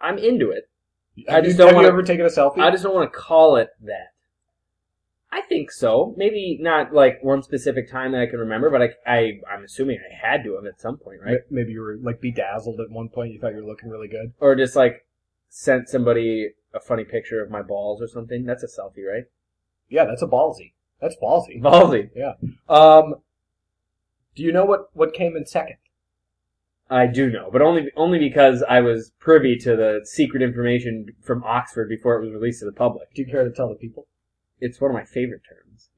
S1: I'm into it. I
S2: Have,
S1: just
S2: you,
S1: don't
S2: have you
S1: wanna-
S2: ever taken a selfie?
S1: I just don't want to call it that. I think so. Maybe not like one specific time that I can remember, but I, I I'm assuming I had to have at some point, right?
S2: M- Maybe you were like bedazzled at one point. You thought you were looking really good.
S1: Or just like sent somebody a funny picture of my balls or something. That's a selfie, right?
S2: Yeah, that's a ballsy. That's ballsy.
S1: Ballsy.
S2: Um, do you know what, what came in second?
S1: I do know, but only only because I was privy to the secret information from Oxford before it was released to the public.
S2: Do you care to tell the people?
S1: It's one of my favorite terms.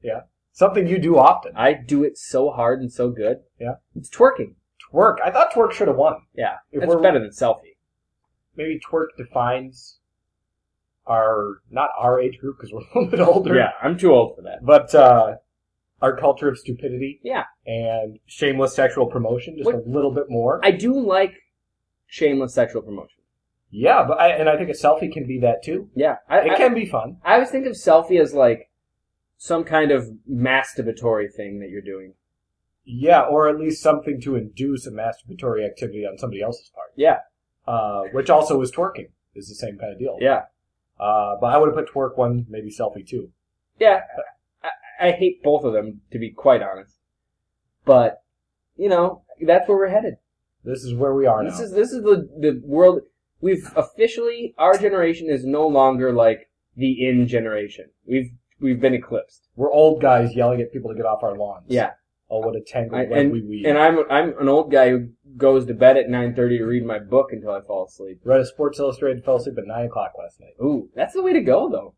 S2: Something you do often.
S1: I do it so hard and so good.
S2: Yeah.
S1: It's twerking.
S2: Twerk. I thought twerk should have won.
S1: Yeah.
S2: If
S1: That's
S2: we're-
S1: better than selfie.
S2: Maybe twerk defines our, not our age group because we're a little bit older.
S1: Yeah, I'm too old for that.
S2: But, uh, our culture of stupidity.
S1: Yeah.
S2: And shameless sexual promotion, just
S1: What-
S2: a little bit more.
S1: I do like shameless sexual promotion.
S2: yeah, but I, and I think a selfie can be that too.
S1: Yeah. I,
S2: It
S1: I-
S2: can be fun.
S1: I always think of selfie as like some kind of masturbatory thing that you're doing.
S2: Yeah, or at least something to induce a masturbatory activity on somebody else's part.
S1: Yeah.
S2: Uh, which also is twerking, is the same kind of deal.
S1: Yeah.
S2: Uh, but I would have put twerk one, maybe selfie two.
S1: Yeah. I, I hate both of them, to be quite honest. But, you know, that's where we're headed.
S2: This is where we are
S1: This
S2: now.
S1: is this is the the world we've officially our generation is no longer like the in generation. We've we've been eclipsed.
S2: We're old guys yelling at people to get off our lawns.
S1: Yeah,
S2: Oh, what a tangled
S1: I,
S2: web
S1: and
S2: we weave.
S1: and I'm I'm an old guy who goes to bed at nine thirty to read my book until I fall asleep.
S2: Read a Sports Illustrated, fell asleep at nine o'clock last night.
S1: Ooh, that's the way to go though.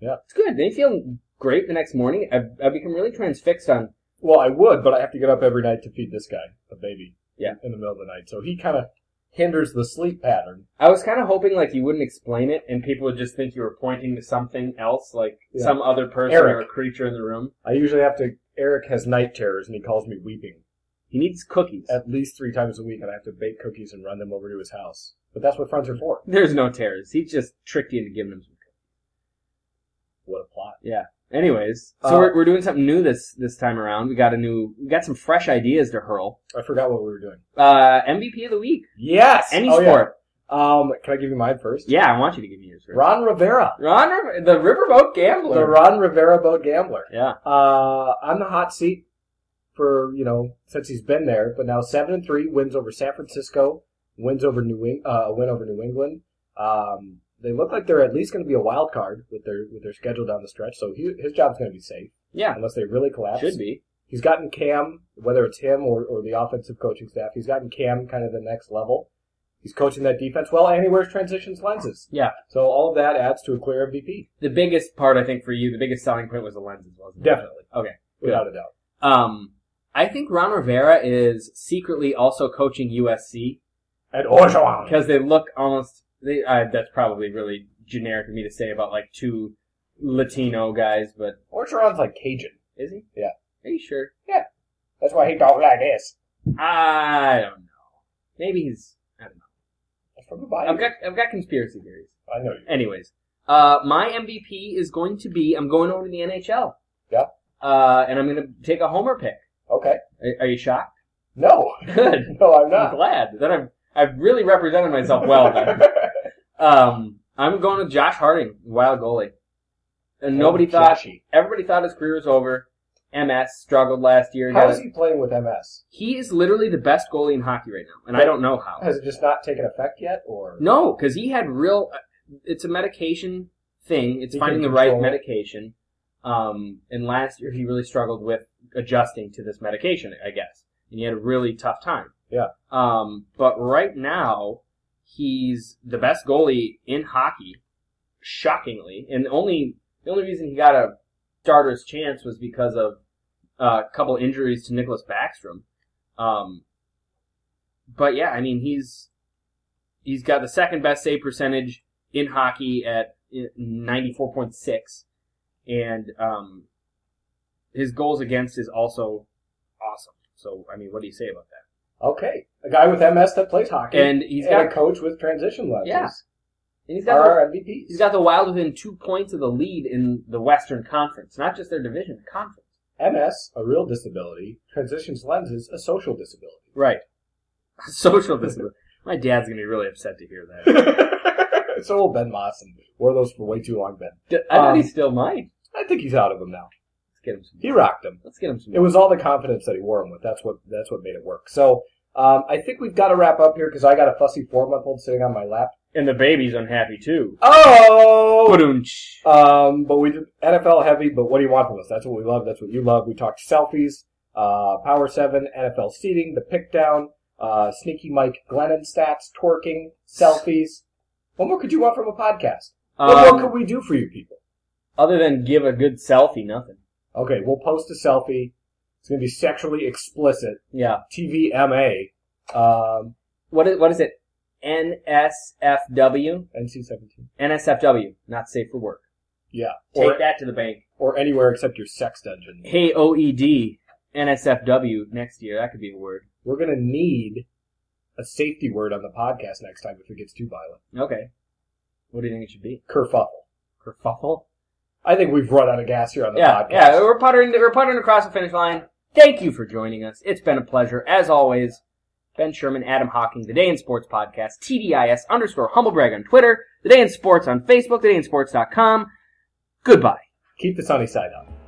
S2: Yeah.
S1: it's good. They feel great the next morning. I've I've become really transfixed on.
S2: Well, I would, but I have to get up every night to feed this guy, the baby,
S1: Yeah.
S2: in the middle of the night. So he kind of hinders the sleep pattern.
S1: I was kind of hoping like you wouldn't explain it and people would just think you were pointing to something else, like
S2: Yeah.
S1: some other person or
S2: Eric.
S1: creature in the room.
S2: I usually have to. Eric has night terrors, and he calls me weeping.
S1: He needs cookies.
S2: at least three times a week, and I have to bake cookies and run them over to his house. But that's what friends are for.
S1: There's no terrors. He just tricked you into giving him some cookies.
S2: What a plot!
S1: Yeah. Anyways, so
S2: Uh,
S1: we're, we're doing something new this this time around. We got a new, we got some fresh ideas to hurl.
S2: I forgot what we were doing.
S1: Uh, MVP of the week,
S2: Yes,
S1: any
S2: Oh, yeah.
S1: sport.
S2: Um, can I give you mine first?
S1: Yeah. I want you to give me yours. First.
S2: Ron Rivera,
S1: Ron, River- the riverboat gambler.
S2: the Ron Rivera boat gambler.
S1: yeah.
S2: Uh, on the hot seat for you know since he's been there, but now seven and three wins over San Francisco, wins over New Eng- uh, win over New England. Um, they look like they're at least going to be a wild card with their with their schedule down the stretch. So he, his job's going to be safe
S1: Yeah.
S2: unless they really collapse.
S1: Should be.
S2: he's gotten Cam, whether it's him or, or the offensive coaching staff, he's gotten Cam kind of the next level. He's coaching that defense well, and he wears transitions lenses.
S1: Yeah.
S2: So all of that adds to a clear MVP,
S1: The biggest part, I think, for you, the biggest selling point was the lenses, wasn't it?
S2: Definitely.
S1: Okay.
S2: without a doubt.
S1: Um, I think Ron Rivera is secretly also coaching USC
S2: And Orgeron.
S1: because they look almost. They, uh, that's probably really generic of me to say about like two Latino guys, but
S2: Orgeron's like Cajun.
S1: is he?
S2: Yeah.
S1: Are you sure?
S2: That's why he talks like this.
S1: I don't know. Maybe he's. I don't know.
S2: That's from the Bayou.
S1: I've got I've got conspiracy theories.
S2: I know you.
S1: Anyways, uh, my MVP is going to be. I'm going over to the NHL.
S2: Yeah.
S1: Uh, and I'm going to take a homer pick.
S2: Okay.
S1: Are, are you shocked?
S2: No.
S1: Good.
S2: No, I'm
S1: I'm
S2: not.
S1: glad. Then I've I've really represented myself well. Then. um, I'm going with Josh Harding, wild goalie. And
S2: Oh,
S1: nobody thought
S2: Joshy.
S1: everybody thought his career was over. MS struggled last year.
S2: How
S1: got
S2: is
S1: it-
S2: he playing with MS?
S1: he is literally the best goalie in hockey right now, and I don't know how.
S2: Has it just not taken effect yet, or
S1: No, because he had real. uh, It's a medication thing. It's
S2: He can
S1: finding the right
S2: control it.
S1: medication. Um, and last year he really struggled with adjusting to this medication, I guess, and he had a really tough time.
S2: Yeah.
S1: Um, but right now he's the best goalie in hockey, shockingly, and the only the only reason he got a starter's chance was because of uh, a couple injuries to Nicholas Backstrom. Um, but yeah, I mean he's he's got the second best save percentage in hockey at ninety four point six, and um, his goals against is also awesome. So I mean, what do you say about that?
S2: Okay, a guy with MS that plays hockey,
S1: And he's got
S2: a coach with transition lenses.
S1: Yeah. and he's
S2: Are
S1: got the,
S2: our MVPs.
S1: he's got the Wild within two points of the lead in the Western Conference, not just their division, the conference.
S2: MS, a real disability. Transitions lenses, a social disability.
S1: Right. Social disability. My dad's gonna be really upset to hear that.
S2: so will Ben Mawson. Wore those for way too long, Ben.
S1: I bet he
S2: Um,
S1: still might.
S2: I think he's out of them now.
S1: Let's get him some.
S2: He rocked them.
S1: Let's get him some.
S2: It was all the confidence that he wore them with. That's what that's what made it work. So um, I think we've got to wrap up here because I got a fussy four month old sitting on my lap.
S1: And the baby's unhappy too.
S2: Oh.
S1: Ba-doonch.
S2: Um, but we did NFL heavy. But what do you want from us? That's what we love. That's what you love. We talked selfies, uh, Power Seven, NFL seating, the pick down, uh, sneaky Mike Glennon stats, twerking, selfies. What more could you want from a podcast? What
S1: Um,
S2: more could we do for you people?
S1: Other than give a good selfie, nothing.
S2: Okay, we'll post a selfie. It's gonna be sexually explicit,
S1: Yeah.
S2: TVMA, um,
S1: What is what is it? NSFW,
S2: NC-17.
S1: NSFW, not safe for work.
S2: Yeah,
S1: Take
S2: or,
S1: that to the bank.
S2: or anywhere except your sex dungeon.
S1: Hey OED, NSFW next year. That could be a word.
S2: We're gonna need a safety word on the podcast next time if it gets too violent.
S1: Okay. What do you think it should be?
S2: Kerfuffle.
S1: Kerfuffle.
S2: I think we've run out of gas here on the
S1: Yeah,
S2: podcast.
S1: yeah. We're puttering. We're puttering across the finish line. Thank you for joining us. It's been a pleasure as always. Ben Sherman, Adam Hocking, The Day in Sports podcast, TDIS underscore humblebrag on Twitter, The Day in Sports on Facebook, TheDayInSports.com. Goodbye.
S2: Keep the sunny side up.